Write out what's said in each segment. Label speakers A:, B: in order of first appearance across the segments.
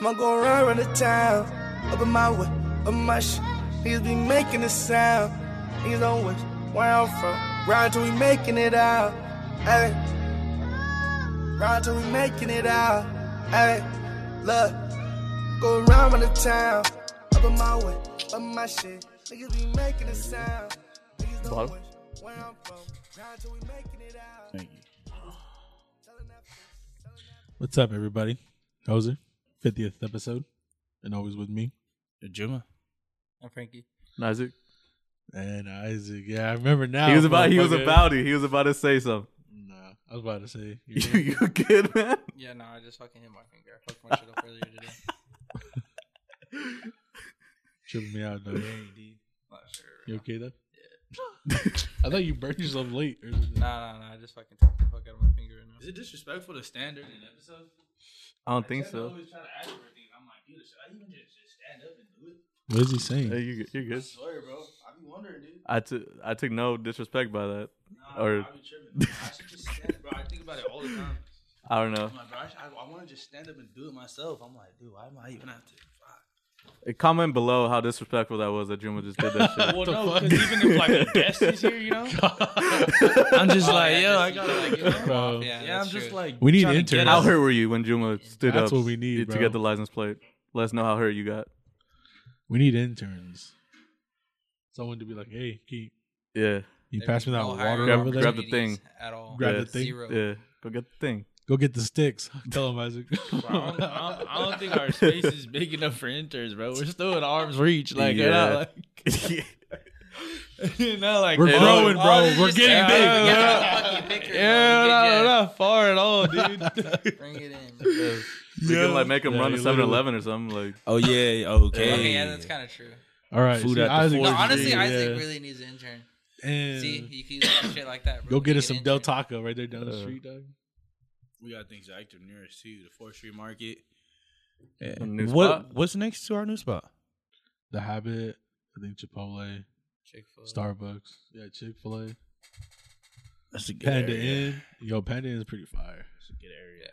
A: I'm gonna run around the town. Up in my way, up in my shit. Niggas be making a sound. Niggas don't wish where I'm from. Ride till we making it out. Hey. Ride till we making it out. Hey. Look. Go around the town. Up in my way, up in my shit. Niggas be making a sound. Niggas don't
B: Bottom.
A: wish where I'm from. Ride till we making it out.
B: Thank you.
C: What's up, everybody? Hoser, 50th episode, and always with me.
B: Juma.
D: I'm Frankie.
B: Isaac.
C: And Isaac, yeah, I remember now.
B: He was about. He was
C: motherfucker.
B: about it. He was about to say something.
C: Nah, I was about to say. you
B: You, you good, man?
D: Yeah, no, I just fucking hit my finger. I fucked my shit up earlier today.
C: Chilling me out, dog.
D: Not sure.
C: You okay though? I thought you burned yourself late. Or something.
D: Nah, nah, nah. I just fucking took the fuck out of my finger right now. Is it disrespectful to stand during an episode?
B: I don't think so.
D: always trying to ask for things. I'm like, dude, should I even just, just stand up and do it?
C: What is he
B: Yeah,
C: saying?
B: you good- you're good.
D: swear, bro. I be wondering, dude.
B: I took I took no disrespect by that.
D: Nah,
B: Or-
D: I be tripping. bro. I should just stand, bro. I think about it all the time.
B: I don't know.
D: I'm like, bro, I, should- I, I want to just stand up and do it myself. I'm like, dude, why am I even have to? Fuck.
B: Comment below how disrespectful that was that Juma just did that shit.
E: Well, no, because even if like a guest is here, you know, I'm just like, yo, I gotta like, you know,
C: Bro,
D: Yeah,
E: yeah,
D: that's
E: I'm just
D: true.
E: like,
C: We need
E: trying to
C: interns.
E: get
B: How
E: out
B: hurt were you when Juma stood up?
C: That's what we need,
B: to
C: bro.
B: get the license plate. Let us know how hurt you got.
C: we need interns. Someone to be like, "Hey, can you,
B: Yeah,
C: you
D: There
C: pass
D: be
C: me that
D: no
C: water
D: hiring
C: over there?
B: grab the
D: opportunities
B: thing.
D: At all.
C: Grab
B: Yeah.
C: the thing.
D: Zero.
B: yeah. Go get the thing.
C: Go get the sticks." Tell him, Isaac.
E: Bro, I, don't, I don't- I don't think our space is big enough for interns, bro. We're still at arm's reach, like you're
B: Yeah.
E: not like, you're not like
C: We're
E: oh,
C: growing, bro.
E: oh, this
C: We're
E: is-
C: getting
E: yeah,
C: big.
E: we're not- Yeah, we're not, we're
D: yeah,
E: not far at all, dude.
D: Bring it in.
B: Yeah. We
C: Yeah.
B: can like make them
C: Yeah,
B: run to
C: you literally-
B: 7-Eleven or something. Like
F: Oh yeah, okay.
D: Okay, yeah, that's kind of true.
C: All right,
F: Food
C: see,
F: at the
C: Isaac-
F: Ford.
D: No,
F: Or
D: honestly,
C: yeah.
D: Isaac really needs an intern.
C: And
D: See, you can use like shit like that. Bro.
C: Go get
D: You
C: us some Del
D: interns.
C: Taco right there down the
B: Uh,
C: street, dog.
E: we got things like the nearest to the Fourth Street Market.
B: a new
F: what
B: spot.
F: what's next to our new spot?
C: The Habit, I think Chipotle,
D: Chick-fil-A.
C: Starbucks, yeah, Chick Fil A,
F: That's a good
C: Panda
F: area.
C: Inn. Yo, Panda Inn is pretty fire.
E: That's a good area.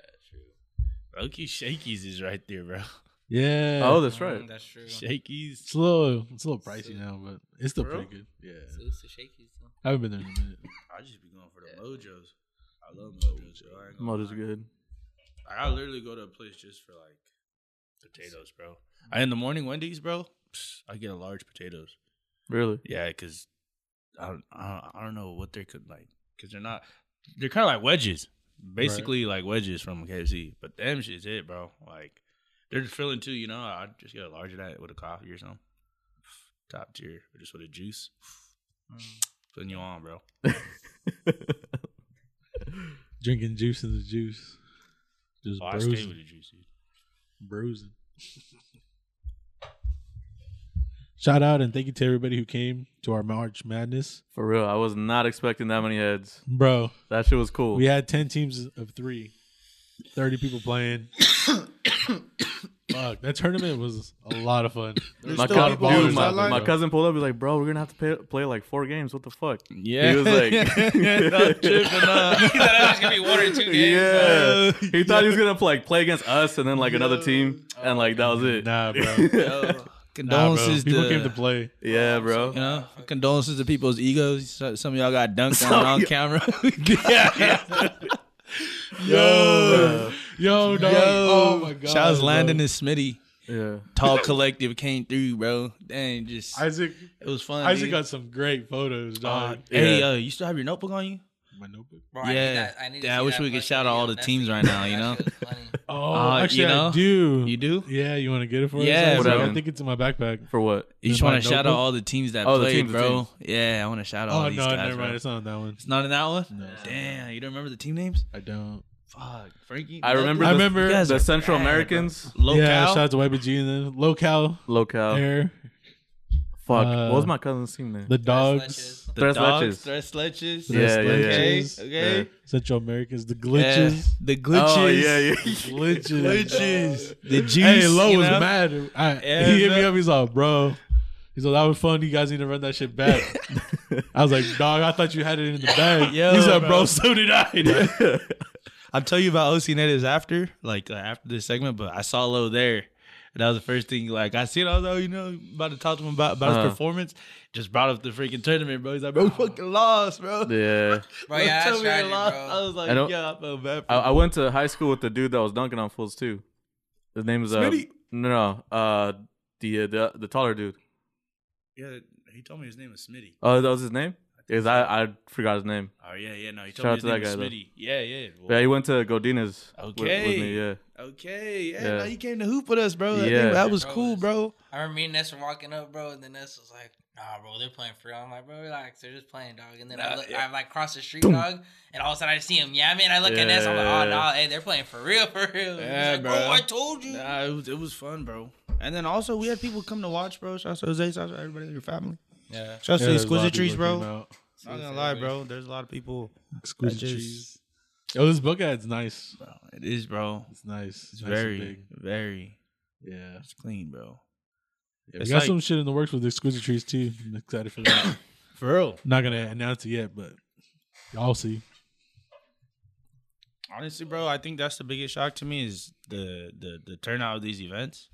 E: Bro, Key Shakey's is right there, bro.
C: Yeah.
B: Oh, that's right.
D: Mm, That's true.
C: it's
E: Shakey's.
C: a little, it's a little pricey
D: So-
C: now, but it's still
E: uh, For
C: pretty
E: real?
C: good.
D: So
C: Yeah,
D: it's the shakies. though.
C: I haven't been there in a minute.
E: I just be going for the mojos. I love mojos. Bro. I ain't gonna
B: Mother's
E: lie.
B: good.
E: Like, I literally go to a place just for like potatoes, bro. I in the morning Wendy's, bro. psh, I get a large potatoes.
B: Really?
E: Yeah, because I don't, I don't, I don't know what they're could like because they're not they're kind of like wedges, basically like wedges from KFC. But them shit's it, bro. Like they're just filling too. You know, I just get a large of that with a coffee or something. Top tier, or just with a juice. Putting you on, bro.
C: Drinking juice in the juice, just
E: Oh, I stay with
C: bruising,
E: the juice. dude.
C: bruising. Shout out and thank you to everybody who came to our March Madness,
B: For real, I was not expecting that many heads.
C: bro.
B: That shit was cool.
C: We had 10 teams of three, 30 people playing. Fuck, that tournament was a lot of fun. still a
B: my,
C: lot
B: cousin,
C: of ballers
B: dude, my,
C: out there,
B: my
C: though.
B: cousin pulled up. He's like, "Bro, we're gonna have to pay, play like four games. What the fuck?"
E: Yeah,
B: He was like,
E: Not tripping, uh.
D: He thought it was gonna be one or two games.
B: Yeah, he thought he was gonna play, like play against us and then like another team, and like that was it.
C: Nah, bro.
E: Yo,
C: Nah, bro.
E: condolences
C: People
E: to
C: came to play.
B: Yeah, bro.
E: you know condolences to people's egos. So- Some of y'all got dunked on
B: Some
E: on
B: y'all-
E: camera. yeah,
C: Yo, yo, dog. Oh my god.
E: Shouts
C: bro.
E: Landon and Smitty.
B: Yeah,
E: Tall collective came through, bro. Dang, just
C: Isaac.
E: it was fun.
C: Isaac
E: dude.
C: got some great photos,
E: Uh,
C: dog.
E: Hey,
B: Yeah.
E: uh, you still have your notebook on you?
C: my notebook.
D: Bro, I need
E: Yeah.
D: that- I need to
E: Yeah, I
D: see
E: wish
D: that
E: we could
D: fucking
E: shout out
D: video
E: all the
D: on
E: teams
D: Netflix.
E: right now, you
D: That
E: know?
D: shit was funny.
C: Oh,
E: Uh,
C: actually,
E: you know?
C: I
B: Hmm.
C: do.
E: You do?
C: Yeah, you want to get it for us?
E: Yeah,
C: Isaac?
B: bro.
C: I think it's in my backpack.
B: for what?
E: You just
C: my
E: want to shout out
C: notebook?
E: all the teams that
B: Oh, the
E: played,
B: teams, the
E: bro. Yeah, I want to shout out
C: Oh
E: all
C: no,
E: these guys.
C: never mind.
E: bro.
C: It's not on that one.
E: It's not in that one.
C: No.
E: Damn, you don't remember the team names?
C: I don't.
E: Fuck, Frankie.
B: I remember.
C: I
B: the,
C: remember- You guys
B: the
E: are
B: Central
E: bad, bro.
B: Americans
E: Local. Oh.
C: Yeah, shout out to YBG and then Locale
B: locale.
C: Air,
B: Fuck,
C: Uh,
B: what was my cousin's team name?
C: the
D: Sledges.
C: dogs,
E: the
B: Thresh
E: dogs,
B: Leches.
E: Thresh Leches.
B: Yeah, yeah, yeah.
E: Okay,
C: Leches.
E: okay.
B: Yeah.
C: Central Americans, the
E: Yeah,
C: glitches.
E: the glitches.
B: oh yeah, yeah.
C: Glitches.
E: Glitches. The juice.
C: Hey, Low
E: you
C: was
E: know?
C: mad. I-
E: Yeah,
C: he hit me
E: man.
C: up. He's like, bro. He's like, that was fun. You guys need to run that shit back. I was like, dog, I thought you had it in the bag.
E: Yo,
C: he's like, bro,
E: bro.
C: so did I.
E: I'll tell you about OC Natives after, like uh, after this segment. But I saw Low there, And that was the first thing like I seen. I was like, oh, you know, about to talk to him about, about
B: Uh-huh.
E: his performance. Just brought up the freaking tournament, bro. He's like, bro, we fucking lost, bro.
B: Yeah.
D: Bro, yeah,
E: Tell
D: that's
E: me we
D: strategy,
E: lost. I
D: bro.
E: was like,
B: I don't-
E: yeah, I felt bad. For
B: I, I went to high school with the dude that was dunking on fools too. His name is uh,
E: Smitty?
B: no, no, uh, the, uh, the the taller dude.
E: Yeah, he told me his name was Smitty.
B: Oh, that was his name. Is I I forgot his name.
E: Oh yeah, yeah, no, he
B: Shout out
E: told
B: to
E: me
B: that
E: his name
B: guy,
E: was
B: though.
E: Smitty. Yeah, yeah. well,
B: Yeah, he went to Godina's. with- with
E: Okay.
B: me, yeah.
E: Okay, yeah,
B: Yeah.
E: no, he came to hoop with us, bro. That-
B: Yeah.
E: that was
D: Bro,
E: cool,
D: it's-
E: bro.
D: I remember me and Ness were walking up, bro, and then Ness was like, "Nah, bro, they're playing free." I'm like, "Bro, relax, they're just playing, dog." And then I
E: Nah,
D: look,
E: yeah.
D: I like cross the street, dog, and all of a sudden I just see him yamming. I look at Ness, I'm like,
B: Yeah.
D: "Oh no, hey, they're playing for real, for real."
E: Yeah,
D: He's like,
E: bro.
D: "Oh, I told you."
E: Nah, it was it was fun, bro. And then also we had people come to watch, bro. Shout out to Jose, shout out to everybody in your family.
D: Yeah.
E: Shout out
C: Yeah,
E: to
C: there's a lot of
E: Exquisite
C: people
E: Trees,
C: that
E: bro.
C: came out.
E: Not gonna lie, bro. There's a lot of people.
C: Exquisite
E: just-
C: trees. Yo, Oh, this book ad's nice.
E: Bro, it is, bro.
C: It's nice. nice
E: It's
C: and
E: very,
C: big.
E: very.
C: Yeah.
E: It's clean, bro.
C: Yeah, we
E: It's
C: got
E: like-
C: some shit in the works with Exquisite Trees too. I'm excited for that.
E: For real.
C: Not gonna announce it yet, but y'all see.
E: Honestly, bro, I think that's the biggest shock to me is the the the turnout of these events.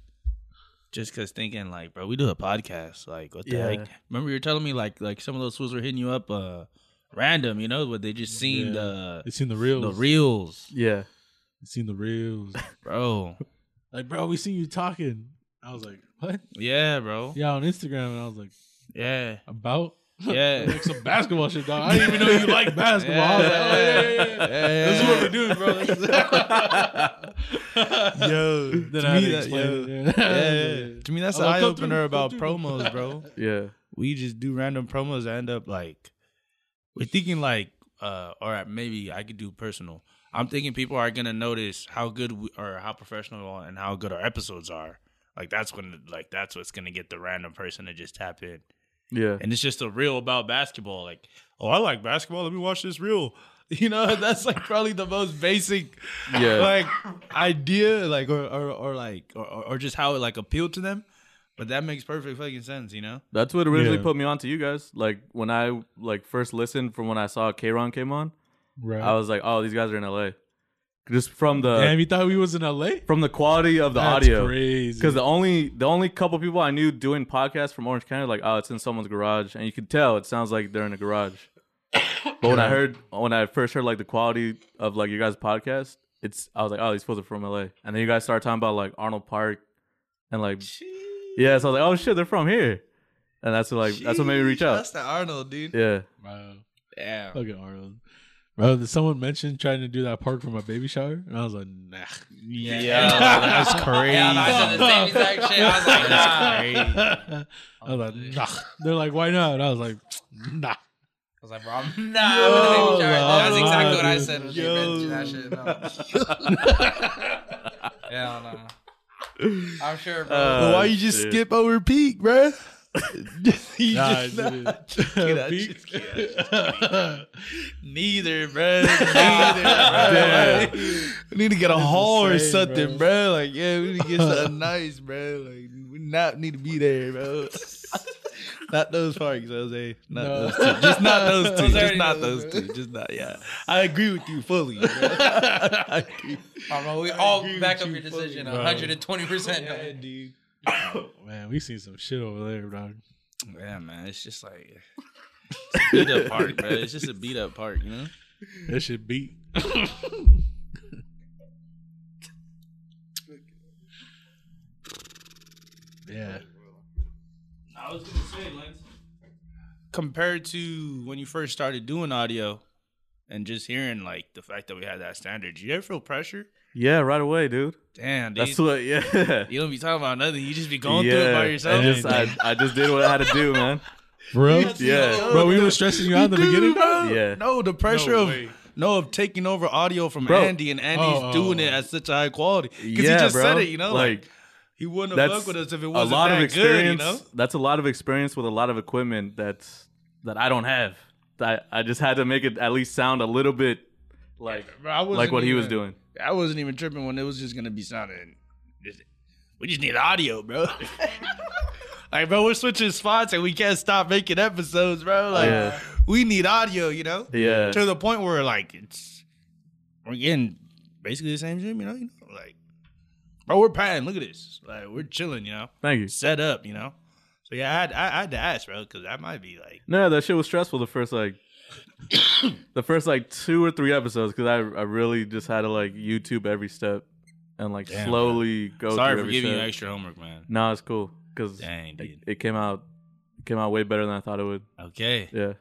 E: Just cause thinking like, bro, we do a podcast. Like, what the
B: Yeah.
E: heck? Remember you were telling me like like some of those fools were hitting you up uh random, you know, but they just seen
C: Yeah.
E: the
C: It's in the reels.
E: the reels.
B: Yeah.
C: It's in the reels.
E: Bro.
C: like, bro, we seen you talking. I was like, what?
E: Yeah, bro.
C: Yeah, on Instagram, and I was like,
E: Yeah.
C: about
E: Yeah.
C: like some basketball shit, dog. I didn't even know you like basketball. I was like, oh, yeah, yeah, yeah. This is what we do, bro. This is-
E: Yo,
C: then I had to explain it. Yeah.
E: To me, that's
C: Oh,
E: the
C: come
E: eye
C: through,
E: opener
C: come
E: about
C: through.
E: promos, bro.
B: Yeah.
E: we just do random promos. I end up like, we're thinking like, uh, or maybe I could do personal. I'm thinking people are gonna notice how good we, or how professional and how good our episodes are. Like that's when, like that's what's gonna get the random person to just tap in.
B: Yeah.
E: and it's just a reel about basketball. Like, oh, I like basketball. Let me watch this reel. You know, that's like probably the most basic,
B: Yeah.
E: like idea, like or or, or like or, or just how it like appealed to them. But that makes perfect fucking sense, you know.
B: That's what originally
C: Yeah.
B: put me on to you guys. Like when I like first listened from when I saw K-Ron came on,
C: Right.
B: I was like, oh, these guys are in LA. Just from the
C: Damn, you thought we was in LA?
B: from the quality of the
C: That's
B: audio.
C: crazy.
B: Because the only the only couple people I knew doing podcasts from Orange County, like, oh, it's in someone's garage, and you can tell it sounds like they're in a garage. But when I heard when I first heard like the quality of like your guys' podcast, it's I was like, oh, these fools are from LA, and then you guys started talking about like Arnold Park, and like, yeah, so I was like, oh shit, they're from here, and that's what, like that's what made me reach
E: Sheesh,
B: out.
E: That's the Arnold, dude.
B: Yeah,
C: Bro,
E: Yeah.
C: fucking Arnold. Bro, did someone mention trying to do that park for my baby shower? And I was like, nah.
E: Yeah,
D: that's
E: crazy.
D: Yeah, I said the same exact shit. I was like, nah. I
C: I was like, nah. They're like, why not? And I was like, nah.
D: was like, bro, I'm nah. I'm gonna
C: Yo,
D: leave you, Jared. That's
C: nah,
D: exactly what I
C: dude.
D: said. when she
E: Yo.
D: mentioned that shit. No. Yeah, no. I'm sure, bro.
B: Uh,
E: Why you just
B: shit.
E: skip over peak, bruh? You
C: Nah, I
E: just-
C: didn't.
E: kidding, I
C: Peak.
E: just Neither, bro. Neither, bro. we need to get a haul or
C: insane,
E: something, bro. Like, yeah, we need to get something nice, bro. Like, we not need to be there, bro. not those parks, Jose. Not
C: No.
E: those two. Just not those two. Just
D: already
E: not
D: knows,
E: those two. Just not. Yeah, I agree with you fully. bro. I agree.
D: Oh, bro, we all
E: agree
D: back
E: with
D: up your
E: you fully,
D: decision
C: bro.
D: 120%.
E: Yeah,
D: dog.
E: dude.
C: Man, we seen some shit over there, dog.
E: Yeah, man. It's just like it's a beat up park, bro. It's just a beat up park, you know.
C: That shit beat. yeah.
E: I was gonna say, Lance. Compared to when you first started doing audio and just hearing like the fact that we had that standard, do you ever feel pressure?
B: yeah, right away, dude.
E: Damn, dude.
B: That's what, yeah.
E: you don't be talking about nothing. You just be going through it by
B: Yeah,
E: yourself.
B: I just, I, I just did what I had to do, man.
C: For real?
B: Yeah.
C: Bro, we were stressing you out in the beginning.
E: bro.
B: Yeah.
E: No, the pressure
C: No
E: of
C: way.
E: no of taking over audio from
B: Bro.
E: Andy and Andy's
C: Oh,
E: doing
C: oh.
E: it at such a high quality. Because
B: Yeah,
E: he just
B: bro.
E: said it, you know, like,
B: like
E: he wouldn't have
B: that's
E: fucked with us if it
B: a
E: wasn't
B: lot
E: that
B: of experience.
E: good, you know.
B: That's a lot of experience with a lot of equipment that's that I don't have. That I just had to make it at least sound a little bit like
E: Bro, I wasn't
B: like what he was
E: even-
B: doing.
E: I wasn't even tripping when it was just gonna be sounding. Just, we just need audio, bro. like, bro, we're switching spots and we can't stop making episodes, bro. Like,
B: Yeah.
E: we need audio, you know.
B: Yeah.
E: To the point where like it's we're getting basically the same shit, you know. You know like, Bro, we're patting. Look at this. Like we're chilling, you know.
B: Thank you.
E: Set up, you know. So yeah, I had, I, I had to ask, bro, because I might be like,
B: No, that shit was stressful the first like the first like two or three episodes because I I really just had to like YouTube every step and like
E: Damn,
B: slowly go.
E: sorry
B: through
E: for
B: every
E: giving you
B: step.
E: extra homework, man.
B: Nah, it's cool because
E: Dang,
B: it,
E: dude.
B: it came out it came out way better than I thought it would.
E: Okay,
B: Yeah,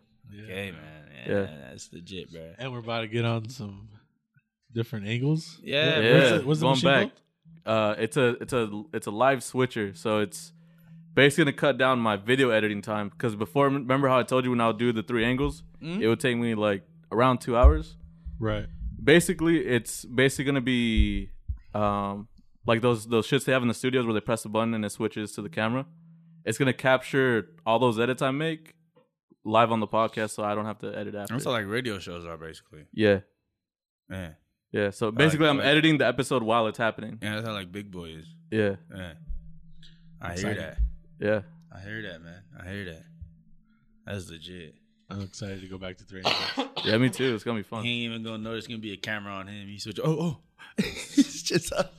E: okay, man. Yeah,
B: Yeah.
E: that's legit, bro.
C: And we're about to get on some different angles.
E: Yeah,
B: Yeah.
C: What's the, what's the
B: Going
C: machine
B: back.
C: called?
B: uh, it's a it's a it's a live switcher, so it's basically gonna cut down my video editing time because before remember how I told you when I would do the three angles,
E: Mhm.
C: Mm-hmm.
B: it would take me like around two hours.
C: Right.
B: basically it's basically gonna be um like those those shits they have in the studios where they press a button and it switches to the camera. It's gonna capture all those edits I make live on the podcast, so I don't have to edit after.
E: That's what like radio shows are basically.
B: yeah,
E: Yeah,
B: yeah. So basically,
E: that.
B: I'm editing the episode while it's happening.
E: yeah, that's how like Big Boy is.
B: Yeah,
E: Yeah, I hear
C: Exciting.
E: that.
B: yeah.
E: I hear that, man. I hear that. That's legit.
C: I'm excited to go back to three angles.
B: Yeah, me too. It's gonna be fun.
E: He ain't even gonna know there's gonna be a camera on him. He switch. Oh, oh, he's just up.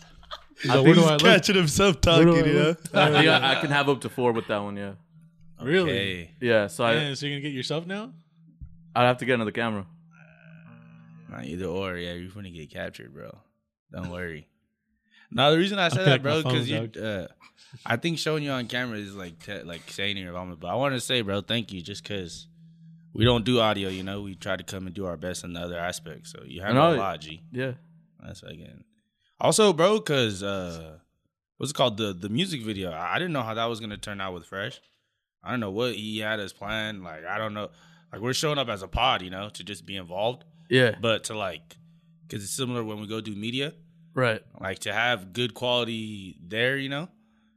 C: He's like, where do I
E: He's
C: look?
E: catching himself
C: Where do
E: talking.
C: I
E: You know?
C: look?
B: I think I, I can have up to four with that one. Yeah,
C: Really?
E: Okay.
B: yeah. So I
C: Man, so you're gonna get yourself now?
B: I'd have to get another camera.
E: Not either or. Yeah, you're gonna get captured, bro. Don't worry. No, the reason I said
C: Okay,
E: that,
C: my
E: bro, because you.
C: phone,
E: Uh, I think showing you on camera is like te- like saying your vomit. But I want to say, bro, thank you, just because we don't do audio. You know, we try to come and do our best in the other aspects. So you have
B: know.
E: a lot, G.
B: Yeah.
E: That's again. Also, bro, cause uh what's it called? The the music video. I I didn't know how that was gonna turn out with Fresh. I don't know what he had as planned. Like, I don't know. Like we're showing up as a pod, you know, to just be involved.
B: Yeah.
E: But to like cause it's similar when we go do media.
B: Right.
E: Like to have good quality there, you know,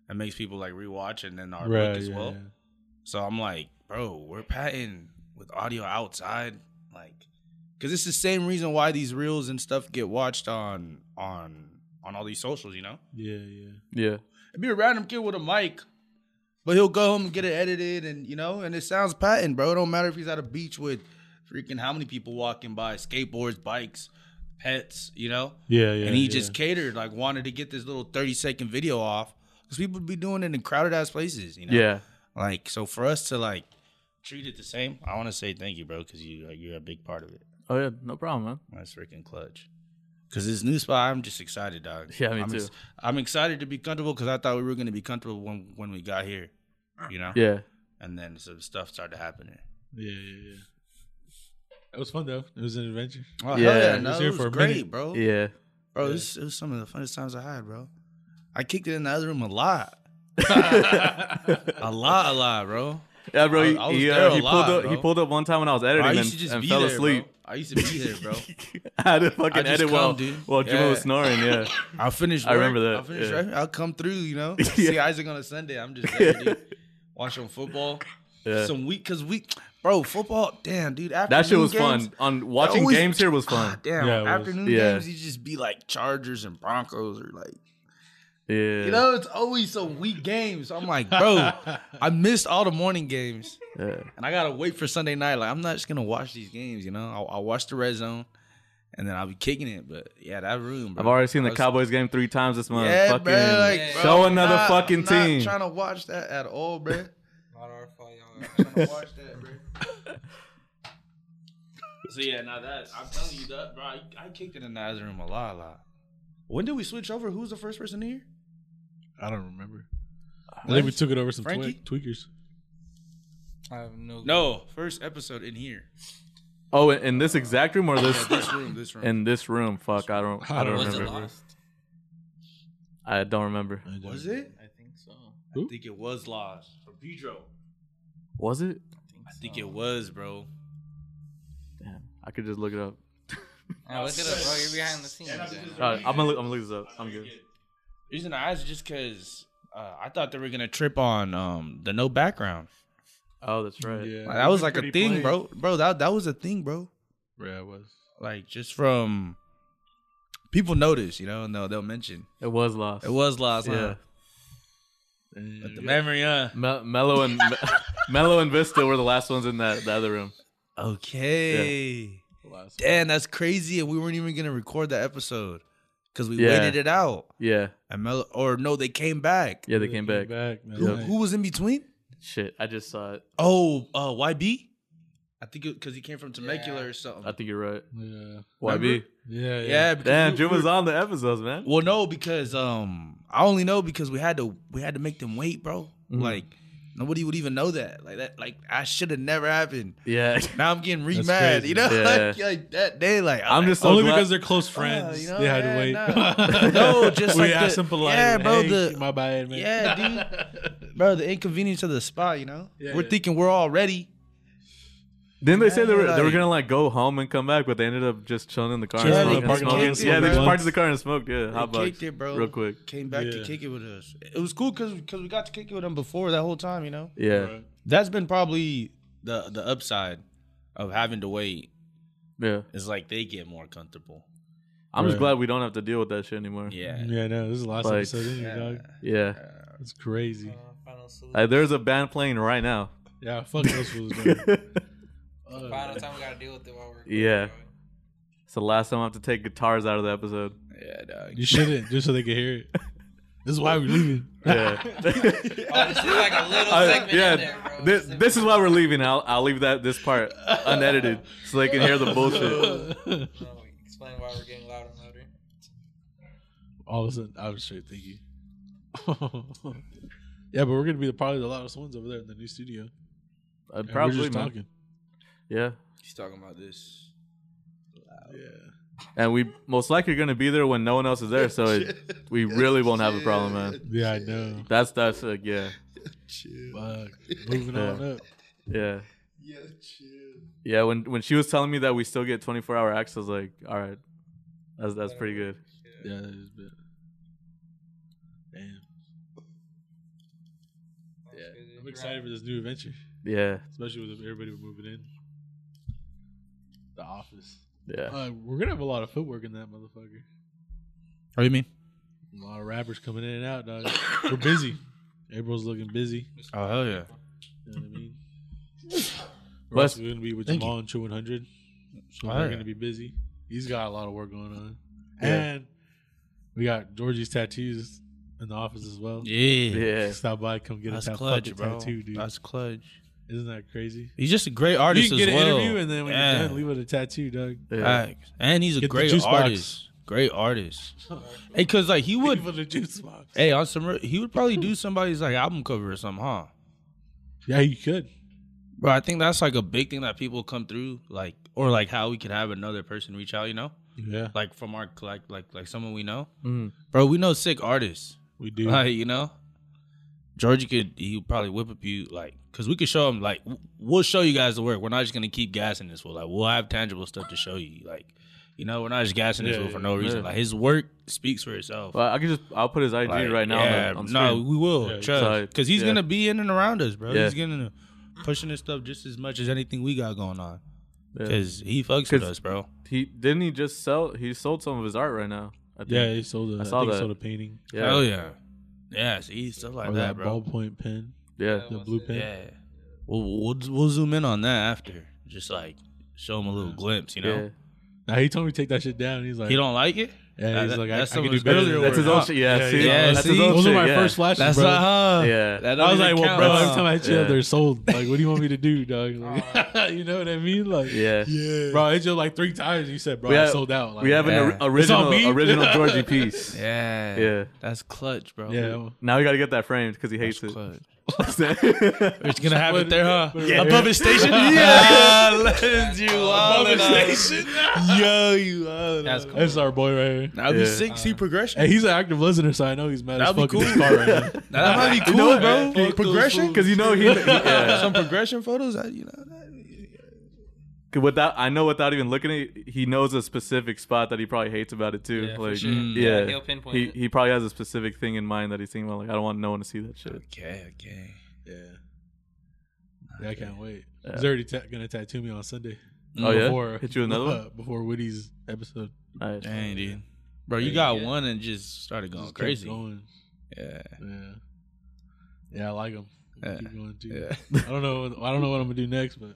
E: it makes people like rewatch and then our book as
C: yeah,
E: well.
C: yeah.
E: So I'm like, bro, we're patting with audio outside, like, because it's the same reason why these reels and stuff get watched on on on all these socials. You know,
C: Yeah, yeah.
B: Yeah.
E: it'd be a random kid with a mic, but he'll go home and get it edited, and you know, and it sounds patent, bro. It don't matter if he's at a beach with freaking how many people walking by, skateboards, bikes, pets, you know.
C: Yeah, yeah.
E: and he
C: yeah.
E: just catered, like, wanted to get this little thirty second video off because people be doing it in crowded ass places. You know.
B: Yeah.
E: Like so for us to like treat it the same, I want to say thank you, bro, because you like you're a big part of it.
B: Oh yeah. No problem, man.
E: That's freaking clutch. Cause this new spot, I'm just excited, dog.
B: Yeah, me
E: I'm
B: too.
E: I'm excited to be comfortable because I thought we were gonna be comfortable when when we got here, you know.
B: Yeah.
E: And then some stuff started happening.
C: Yeah, yeah, yeah. It was fun though. It was an adventure.
E: Oh
B: Yeah.
E: hell yeah,
B: It
E: no,
C: was
E: it was,
C: here for a
E: great,
C: minute.
E: bro.
B: Yeah.
E: Bro, this it was some of the funnest times I had, bro. I kicked it in the other room a lot, a lot, a lot, bro.
B: Yeah, bro.
E: I-
B: He,
E: I was
B: he,
E: there
B: uh,
E: a
B: he
E: lot,
B: pulled up. He
E: bro.
B: pulled up one time when I was
E: Bro,
B: editing
E: I
B: and,
E: used to just
B: and
E: be
B: fell
E: there,
B: asleep.
E: bro. I used to be there, bro.
B: I had to fucking
E: just
B: edit
E: come,
B: while
E: dude.
B: while Juma
E: Yeah.
B: was snoring. Yeah,
E: I'll finish.
B: I
E: work.
B: remember that,
E: I'll finish.
B: yeah.
E: work. I'll come through. You know, see Isaac on a Sunday. I'm just there, dude. watch some football.
B: Yeah.
E: Some week, cause we, bro, football. Damn, dude. Afternoon
B: that shit was
E: games,
B: fun. On watching
E: always-
B: games here was
E: ah,
B: fun.
E: damn,
C: Yeah, it was.
E: afternoon
B: Yeah.
E: games. You just be like Chargers and Broncos, or like
B: Yeah,
E: you know, it's always some weak games. I'm like, bro, I missed all the morning games,
B: yeah,
E: and I gotta wait for Sunday night. Like, I'm not just gonna watch these games. You know, I'll, I'll watch the red zone, and then I'll be kicking it. But yeah, that room. Bro,
B: I've already seen the
E: That's-
B: Cowboys game three times this month.
E: yeah,
B: fucking,
E: bro,
D: Yeah.
E: like, bro,
B: show
E: I'm
B: another
E: not-
B: fucking
E: I'm
B: team.
E: Not trying to watch that at all, bro.
D: Not our fault, y'all.
E: Trying to watch that, bro. so yeah, now that I'm telling you that, bro, I, I kicked it in the other room a lot, a lot. When did we switch over? Who was the first person here?
C: I don't remember. I think we took it over some
E: Frankie?
C: twe- tweakers.
D: I have no.
E: No, first episode in here.
B: Oh, in, in this exact room or this
E: This room, this room.
B: in this room? Fuck, I don't. I don't
D: was it
B: remember.
D: lost?
B: I don't remember.
E: was it?
D: I think so. I
E: I think it was lost from Pedro.
B: Was it?
D: think,
E: I
D: so.
E: think it was, bro.
B: Damn, I could just look it up.
D: Yeah, look at it, bro. You're behind the scenes. man.
B: All right, I'm gonna look, I'm gonna look this up. I'm good.
E: Reason I asked is just because uh, I thought they were gonna trip on um, the no background.
B: Oh, that's right.
C: Yeah,
E: Like, that was like a thing, bro. Bro, that that was a thing, bro.
C: Yeah, it was.
E: Like just from people notice, you know, and they'll they'll mention
B: It was lost.
E: it was lost.
B: Yeah.
E: Yeah, but the memory, huh?
B: Me- Mello and Me- Mello and Vista were the last ones in that the other room.
E: Okay, damn, that's crazy. And we weren't even gonna record that episode. because we
B: Yeah.
E: waited it out.
B: Yeah,
E: And Melo, or no, they came back.
B: yeah, they came back.
C: man.
E: Who,
C: Like,
E: who was in between?
B: Shit, I just saw it.
E: Oh, uh, YB. I think because he came from Temecula
D: Yeah.
E: or something.
B: I think you're right.
C: Yeah.
B: YB.
C: Yeah. Yeah.
E: yeah, because
B: Damn,
E: we-
B: Jim
E: we
B: was
E: were-
B: on the episodes, man.
E: Well, no, because um, I only know because we had to we had to make them wait, bro.
B: Mhm.
E: Like nobody would even know that. Like that. Like I should have never happened.
B: Yeah,
E: Now I'm getting re
C: That's
E: mad.
C: crazy.
E: You know,
B: Yeah.
E: like, like that day. Like
B: I'm just so
C: Only
B: glad-
C: because they're close friends.
E: Oh, you know,
C: they had
E: yeah,
C: to wait.
E: nah. No, just
C: we
E: like
C: asked
E: the-
C: him politely.
E: yeah, bro,
C: Hey,
E: the-
C: my bad, man.
E: Yeah, dude. Bro, the inconvenience of the spot, you know?
C: Yeah,
E: we're
C: yeah.
E: thinking we're all ready.
B: Didn't they say they were they were
E: Like-
B: gonna like go home and come back, but they ended up just chilling in the car.
C: Chilling
B: and
E: in the
B: smoking,
E: parking lot
B: smoking.
E: and
B: Yeah, they
E: smoking
B: just parked
C: blunts.
B: in the car and smoked. Yeah,
E: They
B: hot box,
E: kicked it, bro.
B: real quick.
E: Came back to
C: Yeah.
E: kick it with us. It was cool because we got to kick it with them before that whole time, you know?
B: Yeah,
C: Right.
E: That's been probably the the upside of having to wait
B: yeah.
E: is like they get more comfortable.
B: I'm just
C: Right.
B: glad we don't have to deal with that shit anymore.
E: Yeah.
C: Yeah, no, this is the last
B: Like-
C: episode, isn't it, dog?
B: Yeah.
C: It's crazy.
D: Uh,
E: Uh,
D: Final salute.
B: Like, there's a band playing right now.
C: Yeah, fuck those fools, man.
B: it's
C: Uh,
D: Final time we gotta deal with it while we're recording,
B: Yeah.
D: bro.
B: the last time I have to take guitars out of the episode.
E: Yeah, dog.
C: You shouldn't, just so they can hear it. This is why we're leaving.
B: Yeah.
D: Oh, this is like a little
B: I-
D: segment in
B: yeah.
D: there, bro.
B: This, this is why we're leaving. I'll I'll leave that this part unedited so they can hear the bullshit. Uh,
D: No, explain why we're getting louder and louder.
C: All of a sudden, I was straight thinking. yeah, but we're gonna be the, probably the loudest ones over there in the new studio.
B: Uh,
C: And we're
B: probably,
C: just
B: man.
C: talking.
B: Yeah.
E: She's talking about this.
C: Yeah,
B: And we most likely gonna be there when no one else is there, so it, we really won't have a problem, man.
C: yeah, I know.
B: That's that's uh, yeah,
C: Fuck. Moving
B: Yeah.
C: on up.
B: yeah. Yeah, when when she was telling me that we still get 24 hour access, I was like, all right, that's that's pretty good.
C: Yeah, that is bad. Damn. Yeah, I'm excited for this new adventure,
B: Yeah,
C: especially with everybody moving in. The office.
B: yeah.
C: Uh, we're gonna have a lot of footwork in that motherfucker.
E: What do you mean?
C: A lot of rappers coming in and out, dog. We're busy. April's looking busy.
E: Oh hell yeah.
C: You know what I mean? We're
B: But-
C: also going to be with
E: Thank
C: Jamal and True 100. So
E: Oh,
C: we're
E: yeah.
C: going to be busy. He's got a lot of work going on.
B: Yeah.
C: And we got Georgie's tattoos in the office as well.
E: Yeah.
B: Yeah,
C: Stop by, come get
E: That's
C: a ta-
E: clutch,
C: fucking
E: bro.
C: tattoo, dude.
E: That's clutch.
C: Isn't that crazy?
E: He's just a great
C: you
E: artist
C: can get an
E: as well.
C: interview and then when
E: Yeah.
C: you're done, leave with a tattoo, dog.
B: yeah.
E: Facts. And he's a
C: Get the
E: great
C: juice box.
E: artist. Great artist. hey, cause like he would
C: Leave with a juice box.
E: Hey, on some, re- he would probably do somebody's like album cover or something, huh?
C: Yeah, you could.
E: Bro, I think that's like a big thing that people come through, like, or like how we could have another person reach out, you know,
C: Yeah,
E: like from our like like like someone we know.
B: Mhm.
E: Bro, we know sick artists,
C: we do.
E: like you know. Georgie could he would probably whip up you like, cause we could show him like w- we'll show you guys the work. We're not just gonna keep gassing this. We'll like we'll have tangible stuff to show you, like. You know, we're not just gassing this
C: Yeah,
E: fool for no
B: yeah.
E: reason.
B: Yeah.
E: Like his work speaks for itself.
B: Well, I can just I'll put his IG
E: Like,
B: right now
E: Yeah,
B: on, the, on
E: no,
B: screen.
E: we will
C: Yeah,
B: so,
E: trust because he's
B: yeah.
E: gonna be in and around us, bro.
B: Yeah.
E: He's gonna pushing this stuff just as much as anything we got going on
B: Yeah.
E: because he fucks with
B: 'Cause-
E: us, bro.
B: He didn't he just sell? He sold some of his art right now. I think.
C: yeah, he sold a, I
B: saw
C: think he
B: that.
C: sold a painting.
B: yeah,
E: Hell yeah, yeah. See stuff like
C: or that,
E: that, bro.
C: ballpoint pen.
B: yeah.
C: The blue pen.
E: Yeah, we'll, we'll we'll zoom in on that after. Just like show him a little glimpse, you know.
B: yeah.
C: Now he told me to take that shit down. He's like,
E: He don't like it.
C: yeah, he's
E: that-
C: like, I, I
E: that's
C: can do
E: someone's
C: better.
E: earlier
C: than
B: That's
C: that.
B: his own shit. Yeah,
C: Yeah,
B: see,
E: yeah,
B: that's
E: see?
B: his own
C: Those
B: shit.
C: are my
B: yeah.
C: first flashes,
E: That's
C: bro.
E: not huh.
B: Yeah.
E: That
C: I
E: don't
C: was like,
E: even
C: well,
E: count,
C: bro,
E: huh?
C: every time I chill,
B: Oh, Yeah. Oh.
C: they're sold. Like, what do you want me to do, dog? Like, you know what I mean? Like,
B: Yeah.
E: Yeah.
C: bro, it's just like three times you said, bro,
B: We
C: I
B: have-
C: sold out. Like,
B: We have an
E: Yeah.
B: ori-
E: It's on
B: original
C: me?
B: original Georgie piece.
E: Yeah,
B: Yeah.
E: That's clutch, bro.
C: yeah, well,
B: Now we gotta get that framed because he
E: That's
B: hates it.
E: clutch.
B: yeah.
E: We're just gonna have it there, huh?
C: Yeah.
E: Above his station. yeah, let's
D: Uh,
E: you all station. Yo, you all.
D: That's cool.
C: that's our boy right here.
E: That'd
B: Yeah.
E: be sick. See progression.
C: Hey, he's an active listener, so I know he's mad as
E: That'd be
C: fuck
E: cool.
C: at this car right now.
E: That might be cool,
B: know what,
E: bro.
B: man?
E: progression.
B: Because you know he, he yeah.
E: Some progression photos. I, you know. that-
B: 'Cause without I know without even looking at it, he knows a specific spot that he probably hates about it too.
D: Yeah, for
B: like
D: sure.
B: yeah.
D: Yeah, he'll pinpoint
B: he
D: it.
B: he probably has a specific thing in mind that he's thinking about like I don't want no one to see that shit.
E: Okay. Okay.
C: Yeah. Yeah, I can't wait.
B: Yeah.
C: He's already ta- gonna tattoo me on Sunday.
E: Mm,
B: Oh yeah.
C: Before,
B: Hit you with another one?
C: uh, before Woody's episode.
B: Nice.
E: Dang, dude. Bro, you got one and just started going
C: Just kept
E: Oh, crazy.
C: Going.
E: Yeah.
C: Yeah. Yeah, I like him.
E: Yeah.
C: Keep going too.
E: Yeah.
C: I don't know. I don't know what I'm gonna do next, but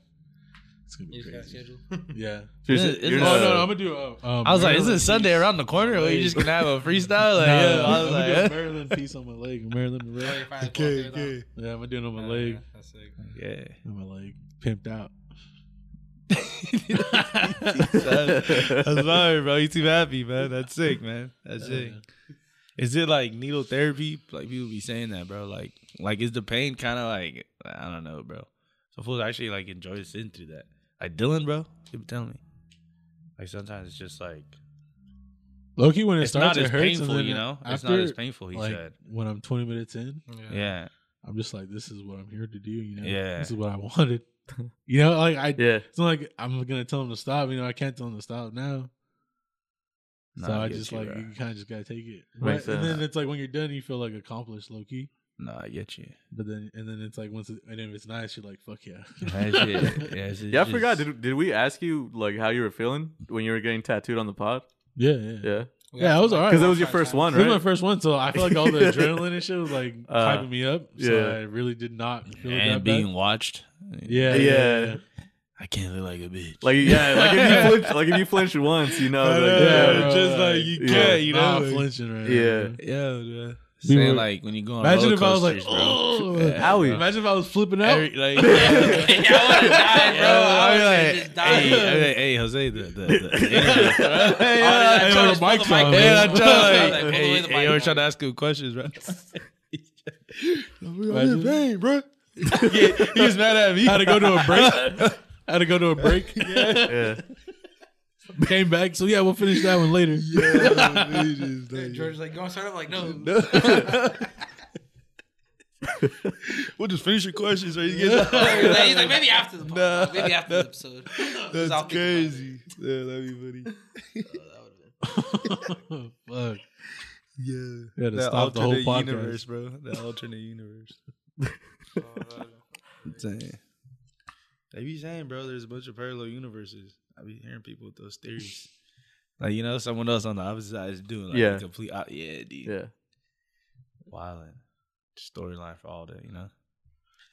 C: It's gonna be
D: You just got
C: crazy.
D: scheduled.
C: Yeah.
B: So you're,
E: Isn't-
B: you're
E: isn't-
C: Oh
B: not-
C: no, no, I'm gonna do. Uh, um,
E: I was like,
C: Maryland
E: "Is it Sunday
C: Peace.
E: around the corner? Or you just gonna have a freestyle?" Like,
C: Nah,
E: yeah, I
C: I'm gonna do
E: was
C: a
E: like,
C: Maryland peace on my leg. Maryland
D: Oh,
C: Maryland.
D: your finals okay, okay.
C: Yeah, I'm gonna do it on my leg.
D: That's sick.
E: yeah.
C: On my leg, pimped out.
E: That's fire, bro. You too happy, man. That's sick, man. That's sick. Is it like needle therapy? Like people be saying that, bro. Like, like is the pain kind of like I don't know, bro. So fools actually like enjoy sitting through that. Like Dylan, bro, he be telling me. Like sometimes it's just like
C: Loki, when it
E: it's
C: starts,
E: not as
C: it hurts. and
E: painful,
C: then
E: you know.
C: After,
E: it's not as painful. He
C: like
E: said,
C: when I'm 20 minutes in,
E: yeah,
C: I'm just like, this is what I'm here to do. You know,
E: Yeah.
C: this is what I wanted. You know, like I,
B: yeah.
C: it's not like I'm gonna tell him to stop. You know, I can't tell him to stop now. so
E: Nah,
C: I
E: get
C: just
E: you,
C: like
E: bro.
C: you kind of just gotta take it.
B: Makes
C: But- And then
B: sense.
C: it's like when you're done, you feel like accomplished, Loki.
E: no, I get you.
C: But then and then it's like once it, and if it's nice, you're like, fuck yeah.
E: That shit- yeah, it's
B: Yeah, I forgot.
E: just-
B: Did, did we ask you like how you were feeling when you were getting tattooed on the pod?
C: yeah, yeah.
B: Yeah,
D: We
C: Yeah,
D: got
C: it was
D: some, like,
C: alright.
B: because it was your
D: five
B: first
D: times.
B: one,
C: It was my
B: right?
C: first one, so I feel like all the adrenaline and shit was like
B: Uh,
C: hyping me up. So
B: yeah.
C: I really did not feel
E: and
C: that
E: being
C: bad.
E: watched.
C: Yeah,
B: Yeah.
C: yeah, yeah.
E: I can't look like a bitch.
B: Like yeah, like if you flinch, like if you flinch once, you know, like,
C: Yeah,
B: yeah,
C: bro,
E: just like
C: like,
E: you
B: yeah.
E: can't, you know.
C: Not
E: like-
C: flinching right
B: Yeah.
C: now.
E: Yeah, yeah.
C: We
E: Saying
C: were-
E: like when you go on
C: Imagine
E: roller
C: if I was like,
E: coasters, bro.
C: oh,
B: Howie.
C: imagine if I was flipping out.
E: Every, like,
D: Yeah, I would have died, bro. I would
E: I'd
D: have just
E: be like,
D: died.
E: hey, I'd be like, hey, Jose, the the, the
C: Hey,
D: yeah,
C: hey,
D: I
C: yo,
D: tried to
C: mic's
D: pull the
C: on,
D: mic
E: Hey,
C: man.
E: I'm
D: Like,
E: trying to like,
D: pull away
E: hey,
D: the
E: hey, we're
D: mic.
E: trying to ask him questions, bro.
C: Imagine.
E: bro. yeah, he was mad at me.
C: Had to go to a break. Had to go to a break.
B: yeah.
C: Came back. So yeah, we'll finish that one later.
D: Hey, George's like, you want to start up? Like, no.
E: We'll just finish your questions, right?
D: He's like, maybe after the podcast. Maybe after the episode. I'll
E: That's
D: think about it.
E: crazy. Yeah, that'd be funny.
C: Fuck.
E: Yeah.
C: We had to
E: That
C: stop the whole
E: alternate
C: podcast.
E: universe, bro. That alternate universe. Dang. They be saying, bro, there's a bunch of parallel universes. I be hearing people with those theories. Like, you know, someone else on the opposite side is doing like
B: Yeah.
E: the complete op- yeah, dude.
B: yeah.
E: Wildin'. Storyline for all that, you know.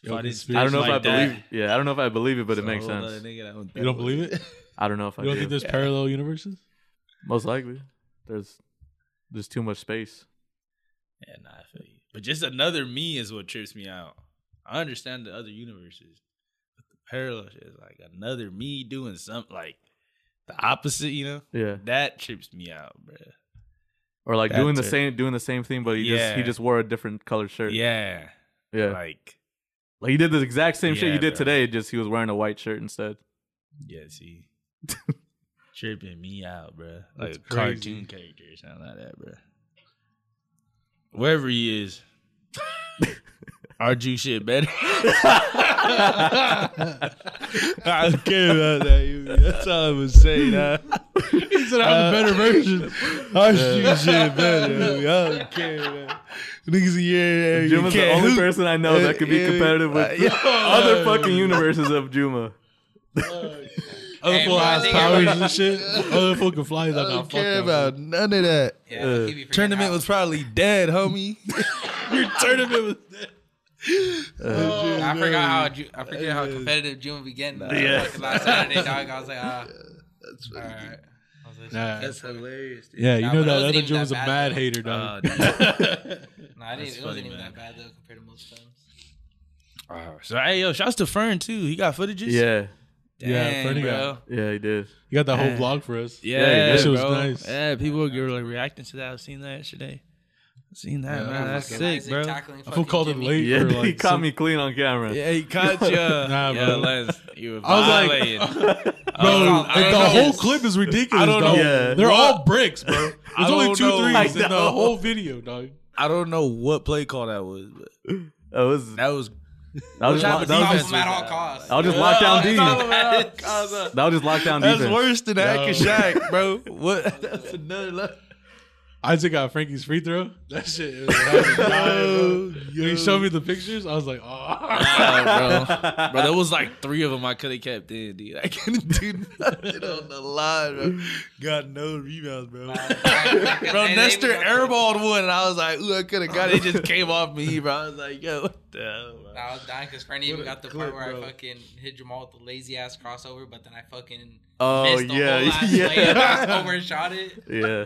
C: Yo,
E: If I didn't-
C: conspiracy
B: I don't know
E: Like
B: if I
E: that.
B: believe. Yeah, I don't know if I believe it, but it makes
E: So, uh,
B: sense.
E: nigga, that one-
C: You don't believe it?
B: I don't know if I
C: You don't think
B: do.
C: there's parallel universes?
B: Most likely, there's there's too much space.
E: Yeah, nah, I feel you. But just another me is what trips me out. I understand the other universes, but the parallel shit is like another me doing something like the opposite, you know?
B: Yeah,
E: That trips me out, bro.
B: or like
E: That's
B: doing the
E: it.
B: same doing the same thing, but he just he
E: Yeah.
B: just wore a different colored shirt.
E: Yeah,
B: yeah. Like,
E: like
B: he did the exact same shit
E: Yeah,
B: you did
E: bro.
B: today. Just he was wearing a white shirt instead.
E: yeah, see, tripping me out, bro.
C: That's
E: Like a
C: crazy.
E: cartoon character or something like that, bro. Wherever he is, our Jew shit better. I was kidding about that. you- That's all I was saying. Huh?
C: He said I'm a better version.
E: Our Jew shit better. homie. I don't care, man. Niggas in your area
B: Juma's the
E: can't
B: only
E: hoop.
B: person I know that could be
E: Yeah,
B: competitive with
E: uh, yeah.
B: other fucking universes of Juma.
C: Other
D: Hey,
C: fool
D: bro, I
C: has
D: think
C: powers
D: everybody-
C: and shit. Other fool can fly. He's like,
E: I
C: nah,
E: don't
C: fuck
E: care
C: that,
E: about none of that.
D: Yeah,
B: Uh,
D: he be freaking
E: Tournament
D: out.
E: was probably dead, homie. Your tournament was dead.
D: I forgot how Ju- I forget how competitive June began.
B: Yeah.
D: Yeah. Last Saturday, dog. I was like, ah. That's funny. All right. I was like,
C: Nah.
D: That's hilarious. Dude.
C: Yeah, you know
D: Nah, but it
C: that
D: wasn't
C: other
D: even
C: Joe
D: that
C: was a
D: bad,
C: mad
D: though.
C: hater, dog.
E: Uh,
D: Nah, I didn't,
E: That's
D: it wasn't
E: funny,
D: even
E: man.
D: that bad though compared to most times.
E: Oh, so hey yo, shouts to Fern too. He got footages.
B: Yeah,
E: Dang,
C: Yeah, Fernie
E: bro.
C: got-
B: yeah, he did.
C: You got that whole
E: Yeah.
C: vlog for us.
E: Yeah,
B: Yeah, that
E: yeah,
C: shit was
E: bro.
C: nice.
E: Yeah, people were like reacting to that. I've seen that today. I've seen that,
C: Yeah,
E: man.
C: that
E: That's
C: was
D: Fucking
E: sick,
D: Isaac
E: bro.
D: tackling
C: I fool
D: fucking
C: called him
D: Jimmy.
C: late.
B: Yeah,
C: for,
B: he
C: like,
B: caught
C: some-
B: me clean on camera.
E: Yeah, he caught you.
C: Nah,
E: yeah,
C: bro.
E: Lance, you were
C: I was like-
E: violating.
C: Bro,
D: I
C: the
D: don't know.
C: whole clip is ridiculous.
E: I don't
C: dog.
B: know. Yeah.
C: They're all bricks, bro. There's
E: I
C: only
E: don't
C: two
E: know.
B: I
C: threes in the
B: know.
C: whole video, dog.
E: I don't know what play call that was, but
B: That was that
E: that was.
B: was
E: type
B: lo- that
E: of
B: was
D: Stop
B: just
D: him at all costs.
B: that was just lockdown
E: Yeah,
B: defense.
E: that's all about-
B: That was just lockdown
E: That's
B: defense.
E: worse than
C: No.
E: Hack and Shack, bro. What? That's another level.
C: Isaac got Frankie's free throw. That shit. It was having a time, bro. He showed me the pictures. I was like, oh.
E: Nah, bro. bro, there was like three of them I could have kept in, dude. I couldn't do nothing on the line, bro. Got no rebounds, bro. bro, Nestor airballed one, and I was like, ooh, I could have got it. It just came off me, bro. I was like, yo, what the hell, bro?
D: I was dying because Franny even
E: What a
D: got the
E: clip,
D: part where
E: bro.
D: I fucking hit Jamal with the lazy ass crossover, but then I fucking
B: Oh
D: missed the
B: yeah,
D: whole last
B: yeah,
D: play and crossover and shot it.
B: yeah.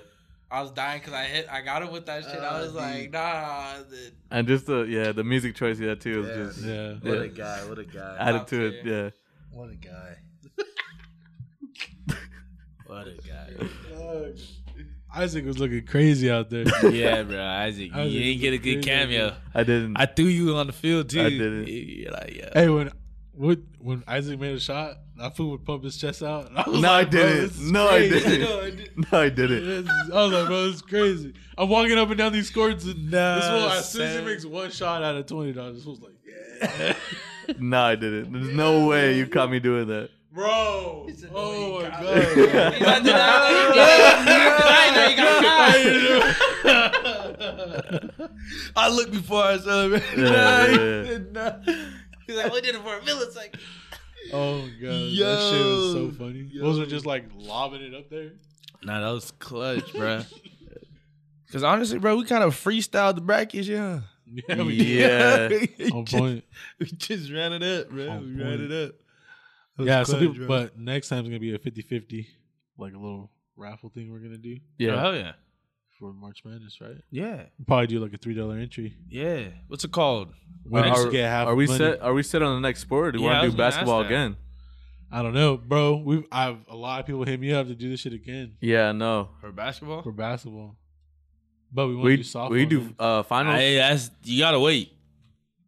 D: I was dying because I hit, I got him with that shit. I
E: Oh,
D: was like,
E: dude.
D: nah. The,
B: And just the yeah, the music choice he had too was
E: Yeah.
B: just
C: Yeah.
B: What a
E: guy, what a guy.
B: added
D: Top
B: to it. Yeah,
E: What a guy. what a guy.
C: Isaac was looking crazy out there.
E: Yeah, bro, Isaac,
C: Isaac
E: you ain't
C: is
E: get
C: a
E: a good
C: crazy
E: cameo.
B: I didn't.
E: I threw you on the field too.
B: I didn't.
E: You're like, yeah.
C: hey, when what when Isaac made a shot, that fool would pump his chest out. and I was
B: no,
C: like,
B: I
C: bro,
B: didn't.
C: this is
B: No, I
C: crazy.
B: didn't. No, I didn't.
C: This is- I was like, bro, this is crazy. I'm walking up and down these courts, and this fool, as soon as he
E: son.
C: makes one shot out of twenty dollars, this was like, yeah,
B: No, I didn't. There's no way you caught me doing that.
C: bro.
D: an
C: Oh my
D: annoying
C: god.
D: guy.
C: bro.
D: he's under that.
C: I didn't know.
E: I looked before I celebrated.
B: Yeah, yeah.
D: He's like, we did it for a millisecond.
C: Oh my god, that shit was so
E: Yo.
C: funny. Those were just like lobbing it up there.
E: Nah, that was clutch, bro. Cause honestly, bro, we kind of freestyled the brackets, yeah.
C: Yeah, we did.
B: Yeah. Oh,
E: we,
C: on
E: just,
C: point.
E: we just ran it up, bro.
C: On
E: we ran
C: point.
E: it up. That was
C: Yeah, so
E: clutch,
C: people-
E: bro.
C: but next time's gonna be a 50-50, like a little raffle thing we're gonna do
B: Yeah.
E: Oh yeah,
C: for March Madness, right?
E: yeah,
C: We'll probably do like a three dollar entry.
E: yeah. What's it called?
C: Winners
B: Uh, are,
C: get half
B: are we
C: the money.
B: set? Are we set on the next sport? Or do we
E: Yeah, I
B: want to
E: was
B: do
E: gonna ask
B: basketball
E: that.
B: again?
C: I don't know, bro. We've I've a lot of people hit me up to do this shit again
B: Yeah, no.
E: For basketball?
C: for basketball, but we want
B: We
C: to do softball.
B: we do
C: man.
B: uh finals.
E: Hey, that's you gotta wait.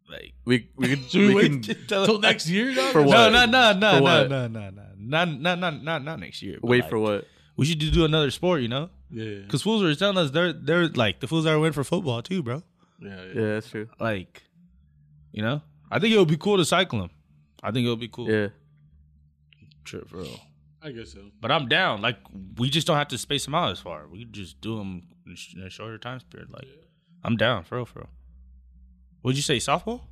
E: Like
B: we we could,
C: Should we
B: we
C: wait
B: can-
C: till next year. dog?
B: For what?
E: No, no, no,
B: For
E: no, no,
B: what?
E: no, no, no, not, not, not, not, not next year. but
B: wait
E: like,
B: for what?
E: We should do another sport, you know?
C: Yeah, yeah,
E: Because fools were telling us they're they're like the fools are win for football too, bro.
C: yeah, yeah.
B: Yeah, that's true.
E: Like, you know, I think it would be cool to cycle them. I think it would be cool.
B: Yeah,
E: Trip, bro.
C: I guess so.
E: But I'm down. Like, we just don't have to space them out as far. We could just do them in sh- in a shorter time period. Like, I'm down for real, for real. Would you say softball?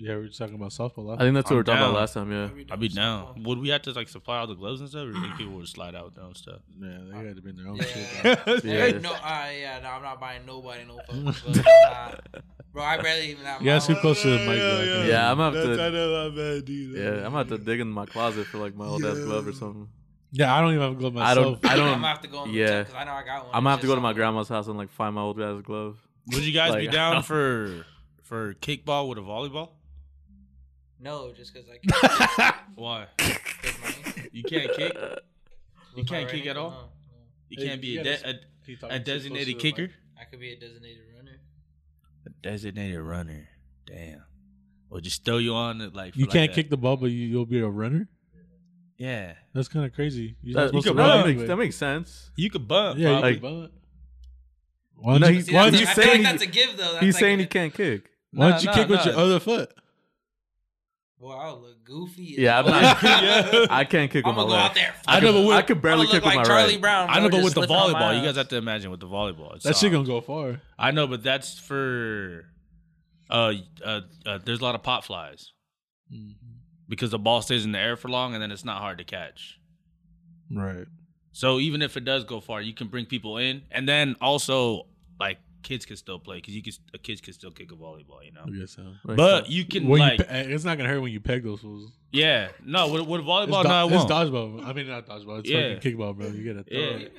C: Yeah, we were just talking about softball.
B: I
C: Last
B: think that's what
E: I'm
B: we were talking
E: down.
B: about last time. Yeah,
E: I'd be down. Would we have to like supply all the gloves and stuff, or do you think people would slide out with their own stuff?
C: yeah, they had to bring their own
D: Yeah.
C: shit. dog.
B: Yeah.
D: No, uh, yeah, no, I'm not buying nobody no fucking gloves. Nah. Bro, I barely even have.
C: You gotta
D: my
C: scoot
D: own.
C: closer to the mic. dog.
B: yeah. Yeah, I'm gonna have to-
E: know how bad, dude.
B: yeah. I'm about to dig in my closet for like my old ass glove or something.
C: Yeah, I don't even have a glove
B: I
C: myself.
B: don't. I
D: I'm gonna
B: don't.
D: have to go.
B: yeah.
D: Yeah, because I know I got one.
B: I'm gonna
D: It's
B: have to
D: just
B: go to my
D: something-
B: grandma's house and like find my old ass glove.
E: Would you guys be
B: Like,
E: down for for kickball with a volleyball?
D: No, just because I can't
E: Why?
D: take money.
E: You can't kick.
D: With my
E: can't
D: right
E: kick
D: hand,
E: at all?
D: no,
E: You
C: Hey,
E: can't be
C: you
E: a,
C: gotta
E: de-
C: Can you talk
E: a,
C: too close to
E: a designated
C: the mic?
E: kicker.
D: no. I could be a designated runner.
E: A designated runner. Damn. Or just throw you on it like for
C: You
E: like
C: can't
E: that.
C: kick the ball, but you, you'll be a runner.
E: Yeah,
C: That's kind of crazy. You're
B: That,
C: not supposed to
B: no,
E: run
B: that,
C: run.
B: makes,
C: Anyway.
B: that makes sense.
E: you could bump.
C: yeah, you
E: probably.
C: can bunt. Why
B: No,
C: don't you,
D: See,
B: Why
D: that's
B: did
D: a-
B: you
D: I
B: say
D: feel like
B: he-
D: that's a give though. That's
B: He's
D: like
B: saying
D: an-
B: he can't kick.
C: why don't you
E: Nah,
C: kick
E: nah,
C: with your
E: nah.
C: other foot?
D: Boy, I'll look goofy. as
B: Yeah, I'm
D: fuck.
B: not. I can't kick
D: I'm
B: with my
D: gonna go out
B: left.
D: there.
B: I,
E: I
B: could,
E: know, but with-
B: I could barely
D: I'ma
B: kick
D: look
B: with
D: like
B: my
D: Charlie
B: right.
D: Brown.
E: I know,
D: bro,
E: but
D: just
E: with the
D: slipping on my
E: volleyball, you
D: ass.
E: guys have to imagine with the volleyball. It's
C: That shit
E: soft.
C: gonna go far.
E: I know, but that's for uh, uh uh there's a lot of pop flies because the ball stays in the air for long and then it's not hard to catch.
C: Right.
E: So even if it does go far, you can bring people in, and then also like kids can still play because you can a kids can still kick a volleyball, you know.
C: I guess so.
E: But you can
C: When you pe-
E: like
C: eh, it's not gonna hurt when you peg those fools.
E: yeah no with, with
C: It's,
E: volleyball
C: do-
E: no it
C: it's
E: won't.
C: dodgeball. I mean, not dodgeball. It's
E: Yeah.
C: fucking kickball, bro. You gotta throw.
E: Yeah.
C: it.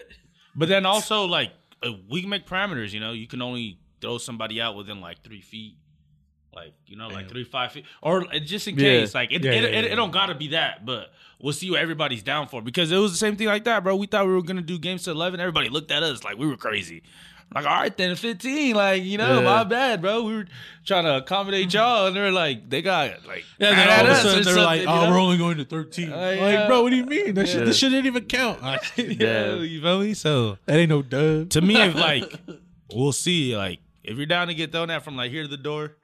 E: But then also like uh, we can make parameters. You know, you can only throw somebody out within like three feet, like you know, like
C: Damn.
E: three five feet, or uh, just in
B: Yeah.
E: case. Like it,
C: Yeah,
E: it,
C: yeah,
E: it,
C: yeah,
E: it
C: yeah.
E: don't gotta be that, but we'll see what everybody's down for because it was the same thing like that, bro. We thought we were gonna do games to eleven. Everybody looked at us like we were crazy. Like all right then, fifteen. Like you know,
B: Yeah.
E: my bad, bro. We were trying to accommodate y'all, and they're like, they got like
C: Mm-hmm. Yeah, then all
E: mad
C: of
E: at
C: a
E: us
C: sudden
E: or
C: they were like,
E: something,
C: "Oh,
E: you know?
C: we're only going to 13.
E: Like,
C: like,
E: uh,
C: bro, what do you mean? That
B: Yeah.
C: shit, this shit didn't even count. Like,
E: yeah,
B: Yeah.
E: you feel me? So
C: that ain't no dub.
E: to me, if like we'll see, like if you're down to get thrown at from like here to the door,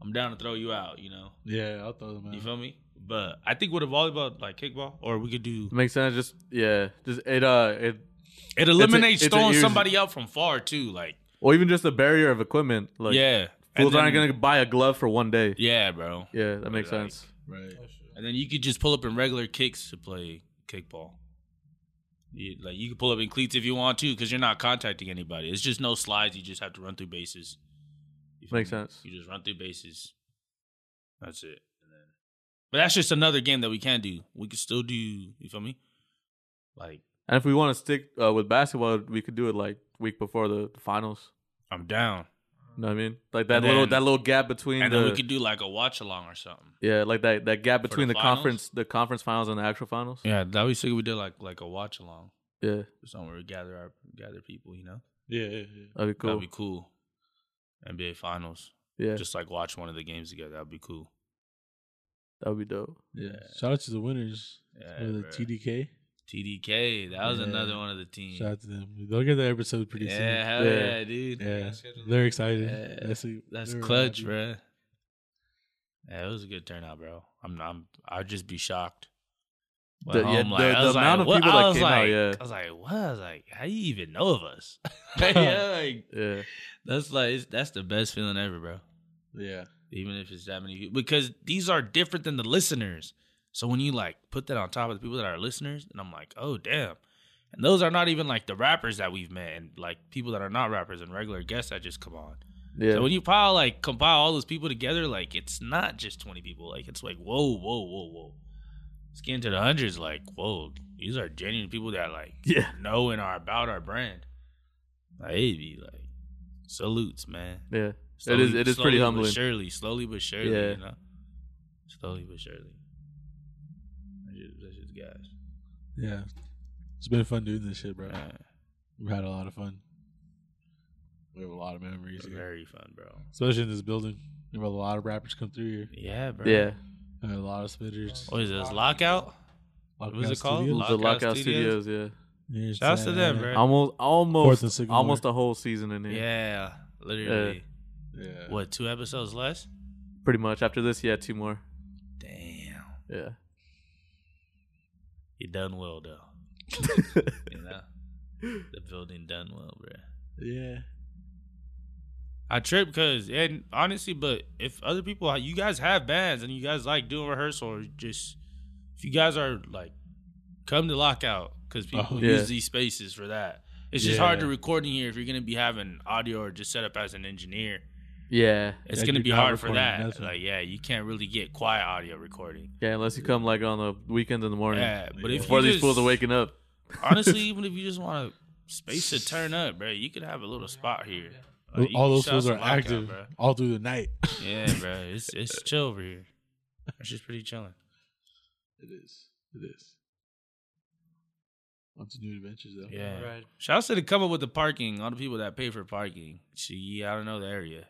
E: I'm down to throw you out. You know,
C: Yeah, I'll throw them out.
E: you feel me? But I think with a volleyball, like kickball, or we could do
B: It makes sense. Just yeah, just it uh it
E: It eliminates
B: it's a
E: throwing
B: ears-
E: somebody out from far too. Like
B: or even just a barrier of equipment. Like,
E: yeah,
B: fools
E: And then-
B: aren't gonna buy a glove for one day. Yeah,
E: Yeah, bro.
B: that makes
E: Like-
B: sense.
E: Right. And then you could just pull up in regular kicks to play kickball. You, like you can pull up in cleats if you want to, because you're not contacting anybody. It's just no slides. You just have to run through bases. You feel
B: Makes
E: me?
B: sense.
E: You just run through bases. That's it. And then, but that's just another game that we can do. We could still do. You feel me? Like
B: And if we want to stick uh, with basketball, we could do it like week before the, the finals.
E: I'm down.
B: You know what I mean? Like that
E: And
B: little
E: then-
B: that little gap between
E: And
B: the
E: then we could do like a watch along or something.
B: yeah, like that that gap
E: the
B: between the,
E: finals?
B: conference the conference finals and the actual finals.
E: Yeah, that we sick. if We did like like a watch along.
B: Yeah.
E: Something where we gather our gather people. You know.
C: Yeah, yeah, yeah.
B: That'd be cool.
E: That'd be cool. NBA Finals.
B: yeah,
E: Just like watch one of the games together. That'd be cool.
B: that'd be dope.
C: Yeah. Shout out to the winners
E: Yeah,
C: of the
E: bruh.
C: TDK.
E: TDK. That was
C: Yeah.
E: another one of the teams.
C: Shout out to them. They'll get the episode pretty
E: Mm. Yeah, hell
B: Yeah.
E: yeah, dude.
C: soon. Yeah,
D: schedule
C: they're excited.
E: Yeah.
C: That's, a-
E: That's
C: they're
E: clutch,
C: happy.
E: bro. Yeah, it was a good turnout, bro. I'm, I'm I'd just be shocked.
B: The-
E: Went
B: yeah,
E: home,
B: the-
E: I
B: the
E: was
B: amount of
E: what-
B: people
E: I
B: that
E: was
B: came out,
E: like,
B: yeah.
E: I was like, what? I was like, how do you even know of us? yeah, like
B: Yeah,
E: that's like it's, that's the best feeling ever, bro.
C: Yeah.
E: even if it's that many people, because these are different than the listeners. So when you like put that on top of the people that are listeners, and I'm like, oh damn, and those are not even like the rappers that we've met, and like people that are not rappers and regular guests that just come on.
B: yeah.
E: So when you pile like compile all those people together, like it's not just 20 people. Like it's like whoa, whoa, whoa, whoa. It's getting to the hundreds. Like whoa, these are genuine people that like
B: yeah,
E: know and are about our brand. Like, hey, be like salutes, man.
B: yeah. It is- it is pretty
E: slowly but
B: humbling.
E: Surely, slowly but surely,
B: Yeah.
E: you know. Slowly but surely. That's just- That's just guys.
C: Yeah. It's been fun doing this shit, bro.
E: Yeah.
C: We've had a lot of fun. We have a lot of memories
E: It's
C: here.
E: very fun, bro.
C: Especially in this building. We've had a lot of rappers come through here.
E: Yeah, bro.
B: Yeah,
C: We've had a lot of spitters.
E: What is this? Lockout?
C: What
E: was Oh, it called?
B: the
E: Lockout
B: Lockout
E: Studios?
B: Studios. yeah,
E: Shouts to them, bro.
B: almost,
C: Fourth
B: almost,
C: and Sycamore.
B: almost a whole season in here.
E: Yeah, literally.
C: Yeah.
E: What, two episodes less?
B: pretty much. After this, yeah, two more.
E: Damn.
B: Yeah,
E: You done well, though. you know? The building done well, bro.
C: Yeah.
E: I trip because, and honestly, but if other people, you guys have bands and you guys like doing rehearsal, or just if you guys are like, come to lockout because people
C: Oh,
B: yeah.
E: use these spaces for that. It's just
C: Yeah.
E: hard to record in here if you're gonna be having audio or just set up as an engineer.
B: yeah,
E: It's
C: Yeah,
E: gonna
C: you're
E: be
C: not
E: hard for
C: recording
E: that.
C: nothing.
E: Like, yeah, you can't really get quiet audio recording.
B: yeah. Unless you come like on the weekends in the morning
E: Yeah, but if
B: before
E: you
B: these
E: just,
B: fools are waking up.
E: honestly, even if you just want a space to turn up, bro, you could have a little spot here. Like, Oh, you
C: All
E: can
C: those
E: shout
C: fools
E: some
C: are
E: Lockout,
C: active
E: bro.
C: all through the night.
E: Yeah, bro, it's it's chill over here. It's just pretty chilling.
C: It is. It is. On to new adventures, though.
E: Yeah.
D: Right.
E: Shouts to the come up with the parking. All the people that pay for parking. Gee, I don't know the area.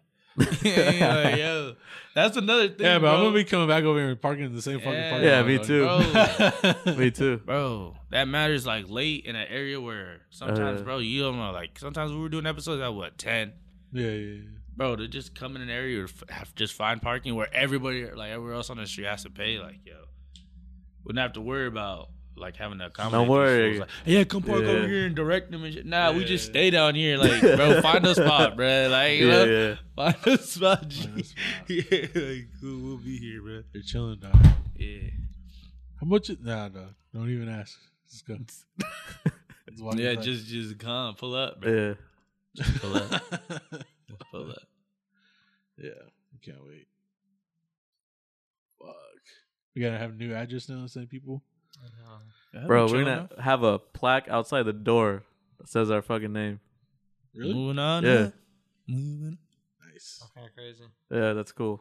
E: Yeah, yo, that's another thing.
C: Yeah, but
E: bro.
C: I'm gonna be coming back over here and parking in the same fucking
E: Yeah.
C: parking
B: Yeah,
C: lot,
B: me
C: dog.
B: too.
E: Bro.
B: Me too.
E: bro. That matters like late in an area where sometimes,
B: Uh.
E: bro, you don't know. Like sometimes we were doing episodes at what ten,
C: Yeah, yeah,
E: bro. To just come in an area or have just find parking where everybody, like everywhere else on the street, has to pay. Like yo, wouldn't have to worry about like having to accommodate. these
B: worry.
E: fools. Like, yeah, come park
B: Yeah.
E: over here and direct them and shit. Nah, we just stay down here. Like, bro, find a spot, bro. Like, you
B: Yeah,
E: know?
B: yeah.
E: Find a spot.
C: yeah.
E: G.
C: That's fine.
E: yeah, like, cool, we'll be here, bro.
C: You're chilling, dog.
E: Yeah.
C: How much? It, nah, no. Don't even ask. Just go. Just walk
E: Yeah,
C: inside.
E: just just come, pull up, bro.
B: Yeah.
E: Pull up, pull up.
C: yeah. we Can't wait. Fuck. We gotta have a new address now. to Send people.
B: Bro, we're gonna have a plaque outside the door that says our fucking name.
E: moving on.
B: Yeah.
E: huh? Moving. on.
C: Nice.
D: Kind of crazy.
B: Yeah, that's cool.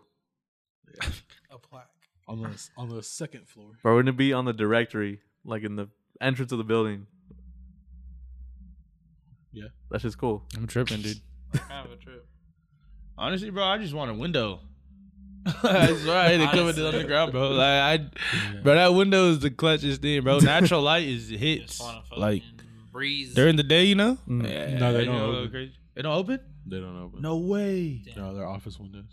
D: A plaque.
C: On the on the second floor.
B: Bro, we're gonna be on the directory, like in the entrance of the building.
C: Yeah.
B: That's just cool.
E: I'm tripping, dude.
D: Kind of a trip.
E: Honestly, bro, I just want a window. That's right. They come
D: Honestly.
E: on the ground, bro. Like I, bro, that window is the clutchest thing, bro. Natural light is hits.
D: Just want to
E: Like
D: breeze.
E: during the day, you know.
B: Mm.
E: Yeah,
C: No, they
E: you
C: don't
E: know,
C: open.
E: crazy. They don't open.
C: They don't open.
E: No way.
D: Damn,
C: No, they're office windows.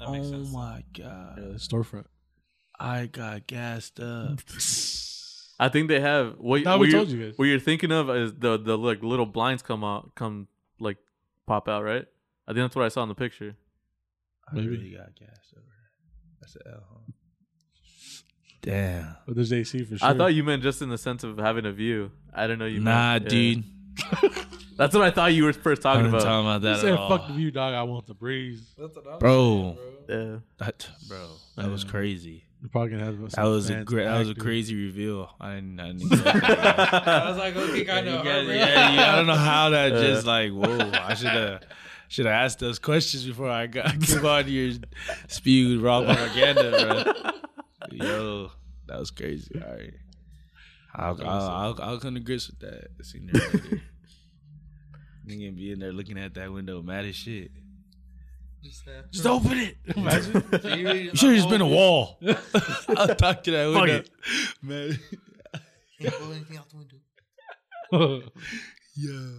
D: that makes
E: oh
D: sense.
E: my
C: Uh, Yeah,
E: god,
C: the storefront.
E: I got gassed up.
B: I think they have what,
C: Nah,
B: what
C: we
B: you're-
C: told you guys.
B: What you're thinking of is the the like little blinds come out, come like pop out, right? I think that's what I saw in the picture.
C: Maybe.
F: got gassed over that. That's an L. Huh? Damn.
C: But there's AC for sure.
B: I thought you meant just in the sense of having a view. I don't know you.
E: Nah,
B: meant, yeah.
E: dude.
B: That's what I thought you were first
E: I'm
B: talking about.
E: not talking about
C: you
E: that
C: said
E: at all.
C: fuck the view, dog. I want the breeze.
D: That's what I'm
E: Bro.
D: saying,
B: Yeah.
E: That, bro, that was
C: Yeah.
E: crazy.
C: You're probably gonna have
E: That
C: some
E: was a
C: fans
E: great. That was a
C: acting.
E: crazy reveal. I didn't. I, didn't yeah,
D: I was like, okay, kind
E: you
D: of.
E: guys, yeah, yeah, I don't know how that
B: Uh.
E: just like. Whoa! I should have. Should have asked those questions before I got give on your spewed raw propaganda, bro. Yo, that was crazy. All right, I'll I'll, I'll, I'll come to grips with that sooner or later. Nigga be in there looking at that window, mad as shit. Just open it.
D: You
E: You should have just been a wall. Oh, I'll talk to that window.
B: it.
E: Man.
D: anything out the window.
E: Yo.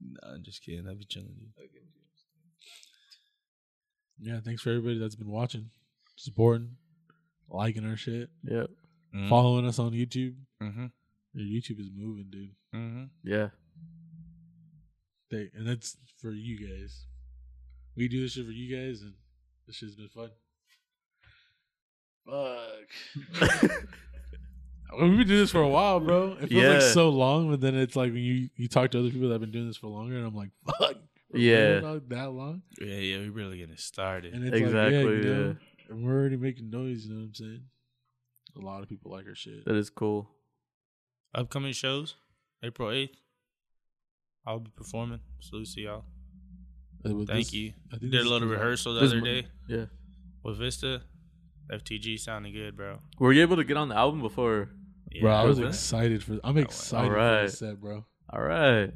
E: No, I'm just kidding. I'll be chilling. dude.
C: yeah, thanks for everybody that's been watching, supporting, liking our shit,
B: Yeah. Mm-hmm.
E: Mhm.
C: following us on YouTube.
E: Mhm.
C: Your YouTube is moving, dude.
E: Mhm.
B: Yeah.
C: They, and that's for you guys. We do this shit for you guys, and this shit's been fun. Fuck. We've been doing this for a while, bro. It feels
B: Yeah.
C: like so long, but then it's like when you, you talk to other people that have been doing this for longer, and I'm like, fuck. we're
B: Yeah.
C: doing it that long,
E: Yeah, yeah, we really getting started.
C: and it's
B: Exactly.
C: like, yeah, you
B: yeah.
C: know, and we're already making noise. You know what I'm saying? A lot of people like our shit.
B: That is cool.
E: Upcoming shows, April 8th. I'll be performing. Salute to y'all.
C: Uh, but
E: Thank
C: this-
E: you.
C: I think
E: Did
C: this
E: a little
C: is-
E: rehearsal the
B: This
E: other
B: mo-
E: day
B: Yeah.
E: with Vista. FTG sounding good, bro.
B: Were you able to get on the album before?
E: Yeah,
C: bro. I was
B: Okay.
C: excited for. I'm excited for
B: Alright.
C: this set, bro.
B: All right.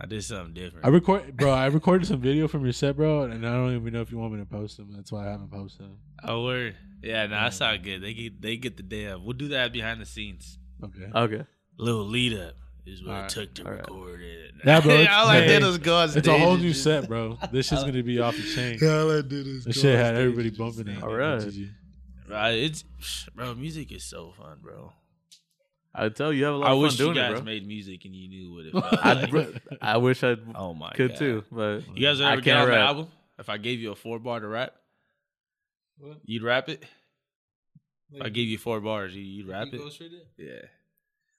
E: I did something different.
C: I record, bro. I recorded some video from your set, bro, and I don't even know if you want me to post them. That's why I haven't posted them.
E: oh, word. Yeah, no, that's all good. They get they get the day up. We'll do that behind the scenes.
C: Okay.
B: Okay.
E: Little lead up is what
C: Alright,
E: it took to
B: alright.
E: record it.
C: Yeah, bro, it's-
E: all I
C: hey,
E: did was go on stage.
C: it's a whole
E: and
C: new
E: just-
C: set, bro. This
E: Uh,
C: shit's gonna be off the chain.
E: All I did is
C: This
E: go
C: shit
E: on
C: had
E: stage
C: everybody
E: and
C: bumping
E: sing.
C: it.
B: Alright.
C: GG.
E: Right, it's bro, music is so fun, bro.
B: I tell you, you have a lot
E: I
B: of fun
E: wish you
B: doing
E: guys
B: it, bro.
E: made music and you knew what it felt
B: I'd
E: like.
B: re- I wish I
E: oh my
B: could
E: God.
B: too, but
E: You guys
B: I
E: ever get
B: can't
E: on the
B: rap.
E: album? If I gave you a four bar to rap, you'd rap it. If I gave you four bars, you, you'd rap it. Yeah.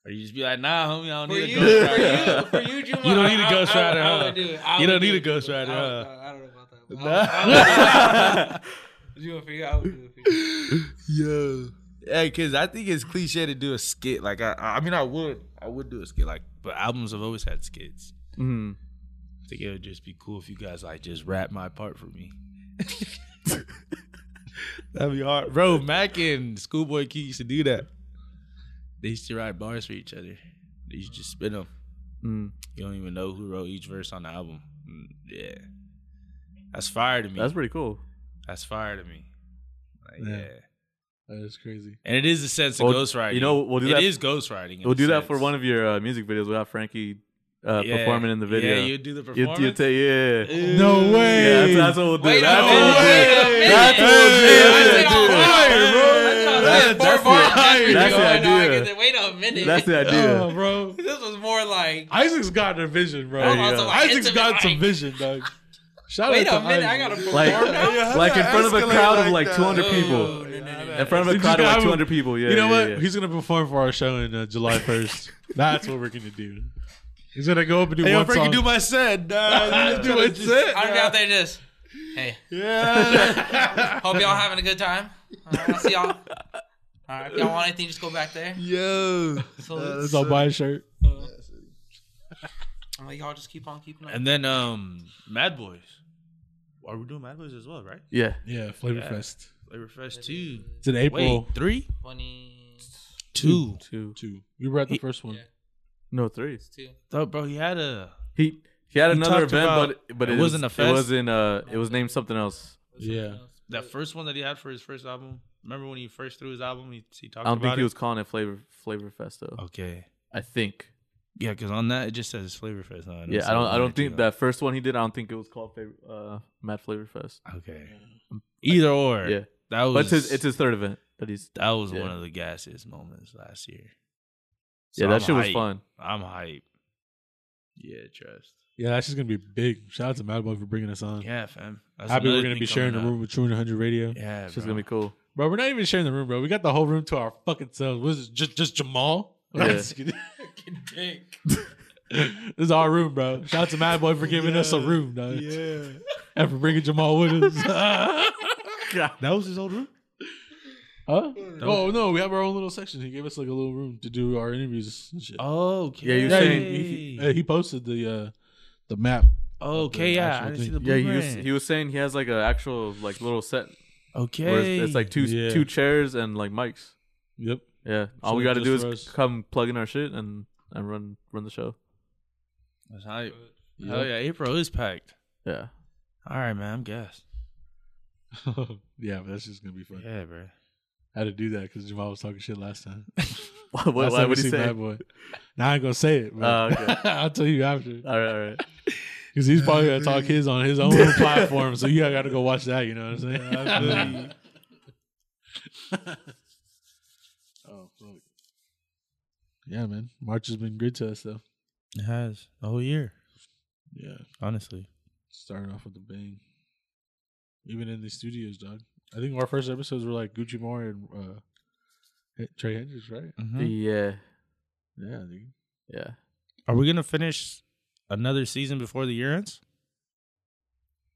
E: Or you just be like, nah, homie, I don't
D: For
E: need
D: you,
E: a ghostwriter.
D: for you, for you, Juma,
E: You don't
D: I-
E: need a
D: I- I-
E: ghostwriter,
D: I would
E: huh?
D: do it. I
E: You
D: would
E: don't need
D: do
E: a
D: it, Juma.
E: ghostwriter,
D: I would-
E: huh?
D: I don't know about that. but I would- I would do
E: Nah.
D: it. Juma, for you, I would do it for you.
E: Yo. Hey, cause I think it's cliche to do a skit. Like I, I mean, I would, I would do a skit. Like, but albums have always had skits.
B: Mhm.
E: I think it would just be cool if you guys like just rap my part for me. That'd be hard, bro. Mac and Schoolboy Q used to do that. They used to write bars for each other. They used to just spin them.
B: Mm.
E: You don't even know who wrote each verse on the album. Mm, Yeah, that's fire to me.
B: That's
E: That's,
B: pretty cool.
E: fire to me. Like,
C: Yeah.
E: yeah.
C: That is crazy.
E: and it is a sense of
B: Well,
E: ghostwriting.
B: you know, we'll do
E: It
B: that-
E: is ghostwriting. in
B: We'll
E: a
B: do that for
E: sense.
B: one of your uh, music videos. We'll have Frankie uh,
E: Yeah.
B: performing in the video.
E: Yeah, you do the
B: You-
E: performance.
B: you take- yeah.
C: No way.
B: Yeah, that's, that's what we'll do.
D: Wait, no,
B: that's what we'll
D: wait
B: do.
D: a
B: That's what
D: minute.
B: we'll
D: Hey,
B: do.
D: That's
B: That's- that's
D: four bars.
B: the-
D: That's
B: that's the
D: what you're doing. I
B: idea.
D: get it. Wait a minute.
B: That's the idea.
C: Oh, bro.
D: This was more like.
C: Isaac's got a vision, bro.
B: There you go.
C: Isaac's
D: Intimate,
C: got some
D: like-
C: vision, dog. Shout
D: Wait
C: out
D: a
C: to
D: minute.
C: Isaac.
D: I gotta perform
B: Like-
D: now.
B: like in front of a crowd of like 200
D: Oh,
B: people.
D: no, no, no, no.
B: In front of a
C: Did you
B: crowd of like
C: have a-
B: 200 people. Yeah.
C: you know
B: yeah,
C: what?
B: yeah.
C: He's gonna perform for our show in uh, July 1st. That's what we're gonna do. He's gonna go up and do
F: Hey, yo,
C: one
F: Frankie,
C: song.
F: do my set. Nah, do my set.
D: I'll be out there just. Hey. Yeah. Hope y'all having a good time. All right, I'll see y'all. All right. If y'all want anything, just go back there.
F: Yo.
D: So
C: Let's all buy a shirt.
D: I'm like, y'all just keep on keeping on.
E: And then um Mad Boys. Are we doing Mad Boys as well, right?
B: yeah.
C: Yeah, Flavor
E: Yeah.
C: Fest.
E: Flavor Fest two.
C: It's in April.
E: Wait, three?
D: 20.
E: Two.
B: Two.
C: Two. We were at the
E: He-
C: first one.
D: Yeah.
B: No, three.
D: Two.
E: Oh, bro, he had a
B: He he had
E: He
B: another
E: talked
B: event,
E: about-
B: but but
E: it
B: it,
E: wasn't
B: was,
E: a
B: It
E: fest?
B: wasn't. Uh, it was named something else.
C: Yeah.
E: that first one that he had for his first album. Remember when he first threw his album? He, he
B: I
E: talked
B: don't
E: about
B: think he
E: it.
B: was calling it Flavor Flavor Fest though.
E: okay.
B: I think.
E: Yeah, because on that it just says Flavor Fest. No, it
B: Yeah,
E: say
B: I don't. I don't
E: anything
B: think
E: else.
B: that first one he did. I don't think it was called Flavor, uh, Mad Flavor Fest.
E: Okay. Either or.
B: Mm. Yeah,
E: That was.
B: but it's his, it's his third event that he's.
E: that was
B: yeah.
E: one of the gassiest moments last year. So
B: yeah, that
E: I'm
B: shit was
E: hype.
B: fun.
E: I'm hype. Yeah, trust.
C: Yeah, that's just gonna be big. Shout out to Madbug for bringing us on.
E: Yeah, fam. That's
C: Happy we're
E: another
C: gonna
E: thing
C: be sharing the
E: coming
C: room with True and 100 Radio.
E: up. Yeah,
B: It's just gonna be cool.
C: Bro, we're not even sharing the room, bro. We got the whole room to our fucking selves. What is this? Just, just Jamal?
B: Yeah.
C: Just kidding. this is our room, bro. Shout out to Mad Boy for giving us a room, dog. Yeah. And for bringing Jamal with us.
F: That was his old room.
C: huh? Oh, no. We have our own little section. He gave us like a little room to do our interviews and shit.
E: Oh, okay.
B: Yeah, you're
C: yeah,
B: saying-
C: he, he- uh, he posted the uh, the map.
E: okay,
C: the
E: yeah.
C: actual
E: I didn't see
C: thing.
E: the
B: Yeah, he was,
E: boomerang.
B: he was saying he has like an actual like little set
E: okay.
B: where it's, it's like two
C: Yeah.
B: two chairs and like mics.
C: Yep.
B: Yeah, all we
C: So
B: got to
C: just
B: do
C: for
B: is
C: us.
B: come plug in our shit and and run run the show.
E: That's hype. Oh yeah, April is packed.
B: Yeah,
E: All right, man. I'm gassed.
C: yeah, but that's just gonna be fun.
E: Yeah, bro.
C: How to do that because Jamal was talking shit last time.
B: what
C: last
B: what
C: time
B: would
C: we
B: he
C: seen
B: say?
C: Bad Boy. Now I ain't gonna say it. But
B: Oh, okay.
C: I'll tell you after
B: All right, all right.
C: because he's probably gonna talk his on his own platform. So you gotta go watch that. You know what I'm saying? oh fuck. Yeah, man. March has been good to us though.
E: It has the whole year,
C: Yeah,
E: honestly.
C: starting off with a bang. Even in the studios, dog. I think our first episodes were like Gucci Moore and uh, Trey Hendricks, right?
E: Mm-hmm.
B: Yeah,
C: Yeah, dude.
B: yeah.
E: Are we gonna finish another season before the year ends?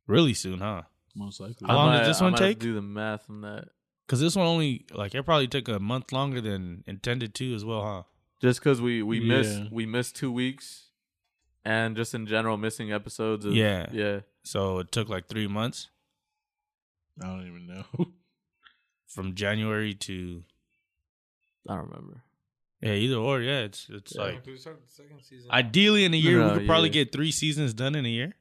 E: Really soon, huh?
C: most likely.
E: How
B: I
E: long
B: might-
E: did this
B: I
E: one
B: might have to
E: take?
B: Do the math on that.
E: Because this one only like it probably took a month longer than intended to as well, huh?
B: Just because we we
C: Yeah.
B: missed we missed two weeks, and just in general missing episodes. Of,
E: Yeah.
B: yeah.
E: So it took like three months
C: I don't even know.
E: from January to
B: I don't remember.
E: yeah, either or. Yeah, it's it's
B: Yeah.
E: like
D: we started the second season.
E: ideally in a year
B: No,
E: we could probably
B: yeah.
E: get three seasons done in a year.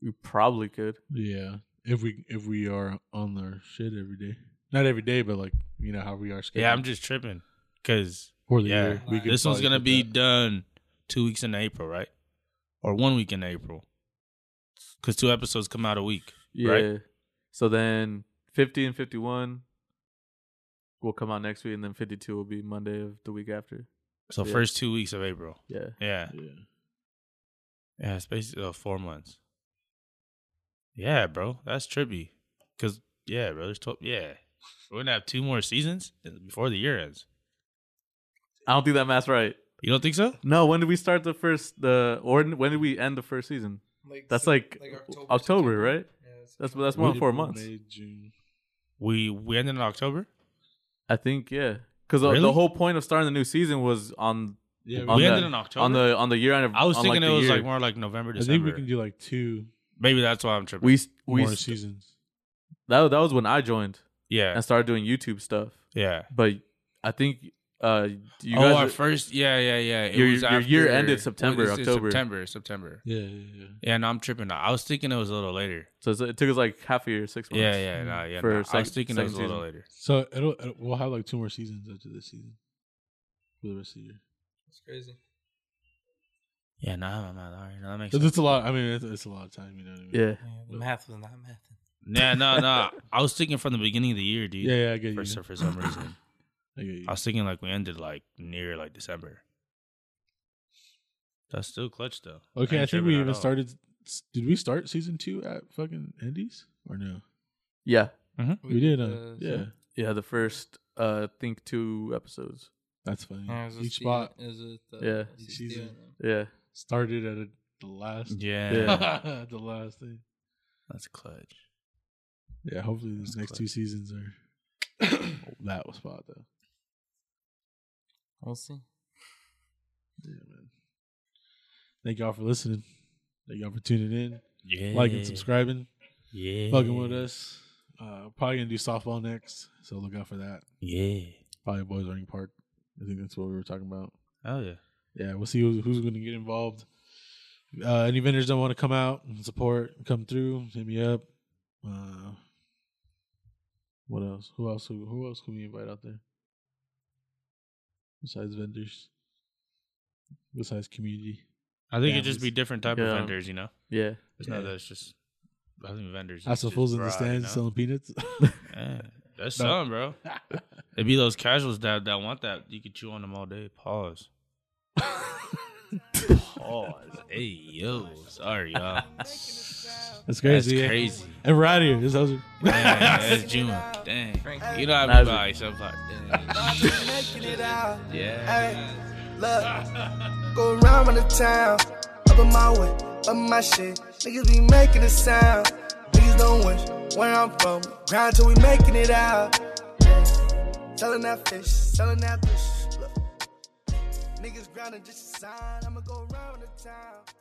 B: We probably could.
C: yeah, if we if we are on their shit every day, not every day, but like you know how we are. Scheduled
E: Yeah, I'm just tripping because
C: for the
E: yeah,
C: year. We could
E: this one's
C: probably
E: gonna
C: fit
E: be
C: that.
E: done two weeks in April, right? Or one week in April, because two episodes come out a week.
B: Yeah.
E: Right.
B: So then 50 and 51 will come out next week, and then 52 will be Monday of the week after.
E: So
B: Yeah.
E: first two weeks of April.
B: Yeah.
E: Yeah,
C: Yeah.
E: yeah, it's basically uh, four months. Yeah, bro, that's trippy. Cause yeah, bro, there's twelve. Yeah, we're gonna have two more seasons before the year ends.
B: I don't think that math's right.
E: You don't think so?
B: No, when did we start the first the or when did we end the first season? That's like, October, right? That's that's more than four months.
C: May, June.
E: We we ended in October.
B: I think yeah, because the
E: Really?
B: whole point of starting the new season was on
C: Yeah,
B: On
E: we
B: the-
E: ended in October.
B: on the on the year end.
E: I was
B: on
E: thinking
B: like
E: it
B: the
E: was
B: year.
E: like more like November,
C: I
E: December.
C: think we can do like two
E: Maybe that's why I'm tripping.
B: we s- we
C: more
B: s-
C: seasons.
B: that that was when I joined
E: yeah,
B: and started doing YouTube stuff.
E: yeah.
B: But I think uh you
E: oh,
B: guys
E: our
B: are-
E: first, yeah, yeah, yeah. It
B: Your-
E: was
B: your year
E: after-
B: ended
E: what
B: September,
E: is it?
B: October.
E: September, September.
C: Yeah, yeah, yeah.
E: Yeah, no, I'm tripping. I was thinking it was a little later.
B: so it's- it took us like half a year, six months.
E: Yeah, yeah, no, yeah.
B: For
E: no. I
B: sec-
E: was thinking it was a
B: second
E: little
B: season.
E: later.
C: So it'll, it'll we'll have like two more seasons after this season for the rest of the year.
D: That's crazy.
E: Yeah, no, I'm not. All right, no, that makes
C: Because
E: sense.
C: it's a lot. I mean, it's, it's a lot of time. You know what I mean?
B: Yeah.
D: the math was not math.
E: Yeah, no, no. I was thinking from the beginning of the year, dude.
C: yeah, yeah. I get you.
E: For, some- for some reason,
C: I get you.
E: I was thinking like we ended like near like December. That's still clutch though.
C: Okay,
E: ain't
C: I think
E: tripping
C: we
E: at
C: even
E: all.
C: started. Did we start season two at fucking Andy's or no?
B: Yeah.
C: We, did. Uh, yeah,
B: Yeah, the first uh I think two episodes.
C: that's funny.
D: Yeah, it was a
C: Each
D: season-
C: spot
D: it was a-
B: Yeah.
D: it's a
C: Season.
D: season.
B: Yeah.
C: started at a, the last.
E: Yeah,
B: Yeah.
C: the last thing.
E: that's clutch.
C: Yeah, hopefully these
E: That's
C: next
E: clutch.
C: two seasons are that was spot though.
D: We'll see.
C: Yeah, man. Thank y'all for listening. Thank y'all for tuning in,
E: Yeah,
C: liking, subscribing,
E: Yeah,
C: fucking with us. Uh, probably gonna do softball next, so look out for that.
E: Yeah.
C: Probably Boys Learning Park. I think that's what we were talking about.
E: Oh yeah.
C: yeah, we'll see who's, who's going to get involved. Uh, any vendors that want to come out and support, come through, hit me up. Uh, what else? Who else? Who, who else can we invite out there? Besides vendors, besides community.
E: I think
C: Yeah,
E: it'd just be
C: it's-
E: different type
B: yeah.
E: of vendors, you know.
B: Yeah.
E: It's
C: Yeah.
E: not that it's just I think vendors.
C: I
E: it's
C: saw
E: just
C: fools in the
E: broad, you
C: stands
E: know?
C: selling peanuts.
E: Yeah, that's
C: No.
E: some, bro. It'd be those casuals that that want that. You could chew on them all day. Pause. Pause. Hey yo, sorry y'all.
C: That's
E: That's
C: crazy. yeah.
E: crazy.
C: And we're out of here. This was
E: Damn, that's June. Dang.
D: Frank.
E: You know I
B: Nice.
E: be by yourself like dang.
A: Making it out.
E: Yeah.
A: Hey, look, go around with the town, up in my way, up my shit. Niggas be making a sound. Niggas don't wish where I'm from. Grind till we making it out. Selling that fish, selling that fish. Look, niggas grinding just a sign. I'ma go around with the town.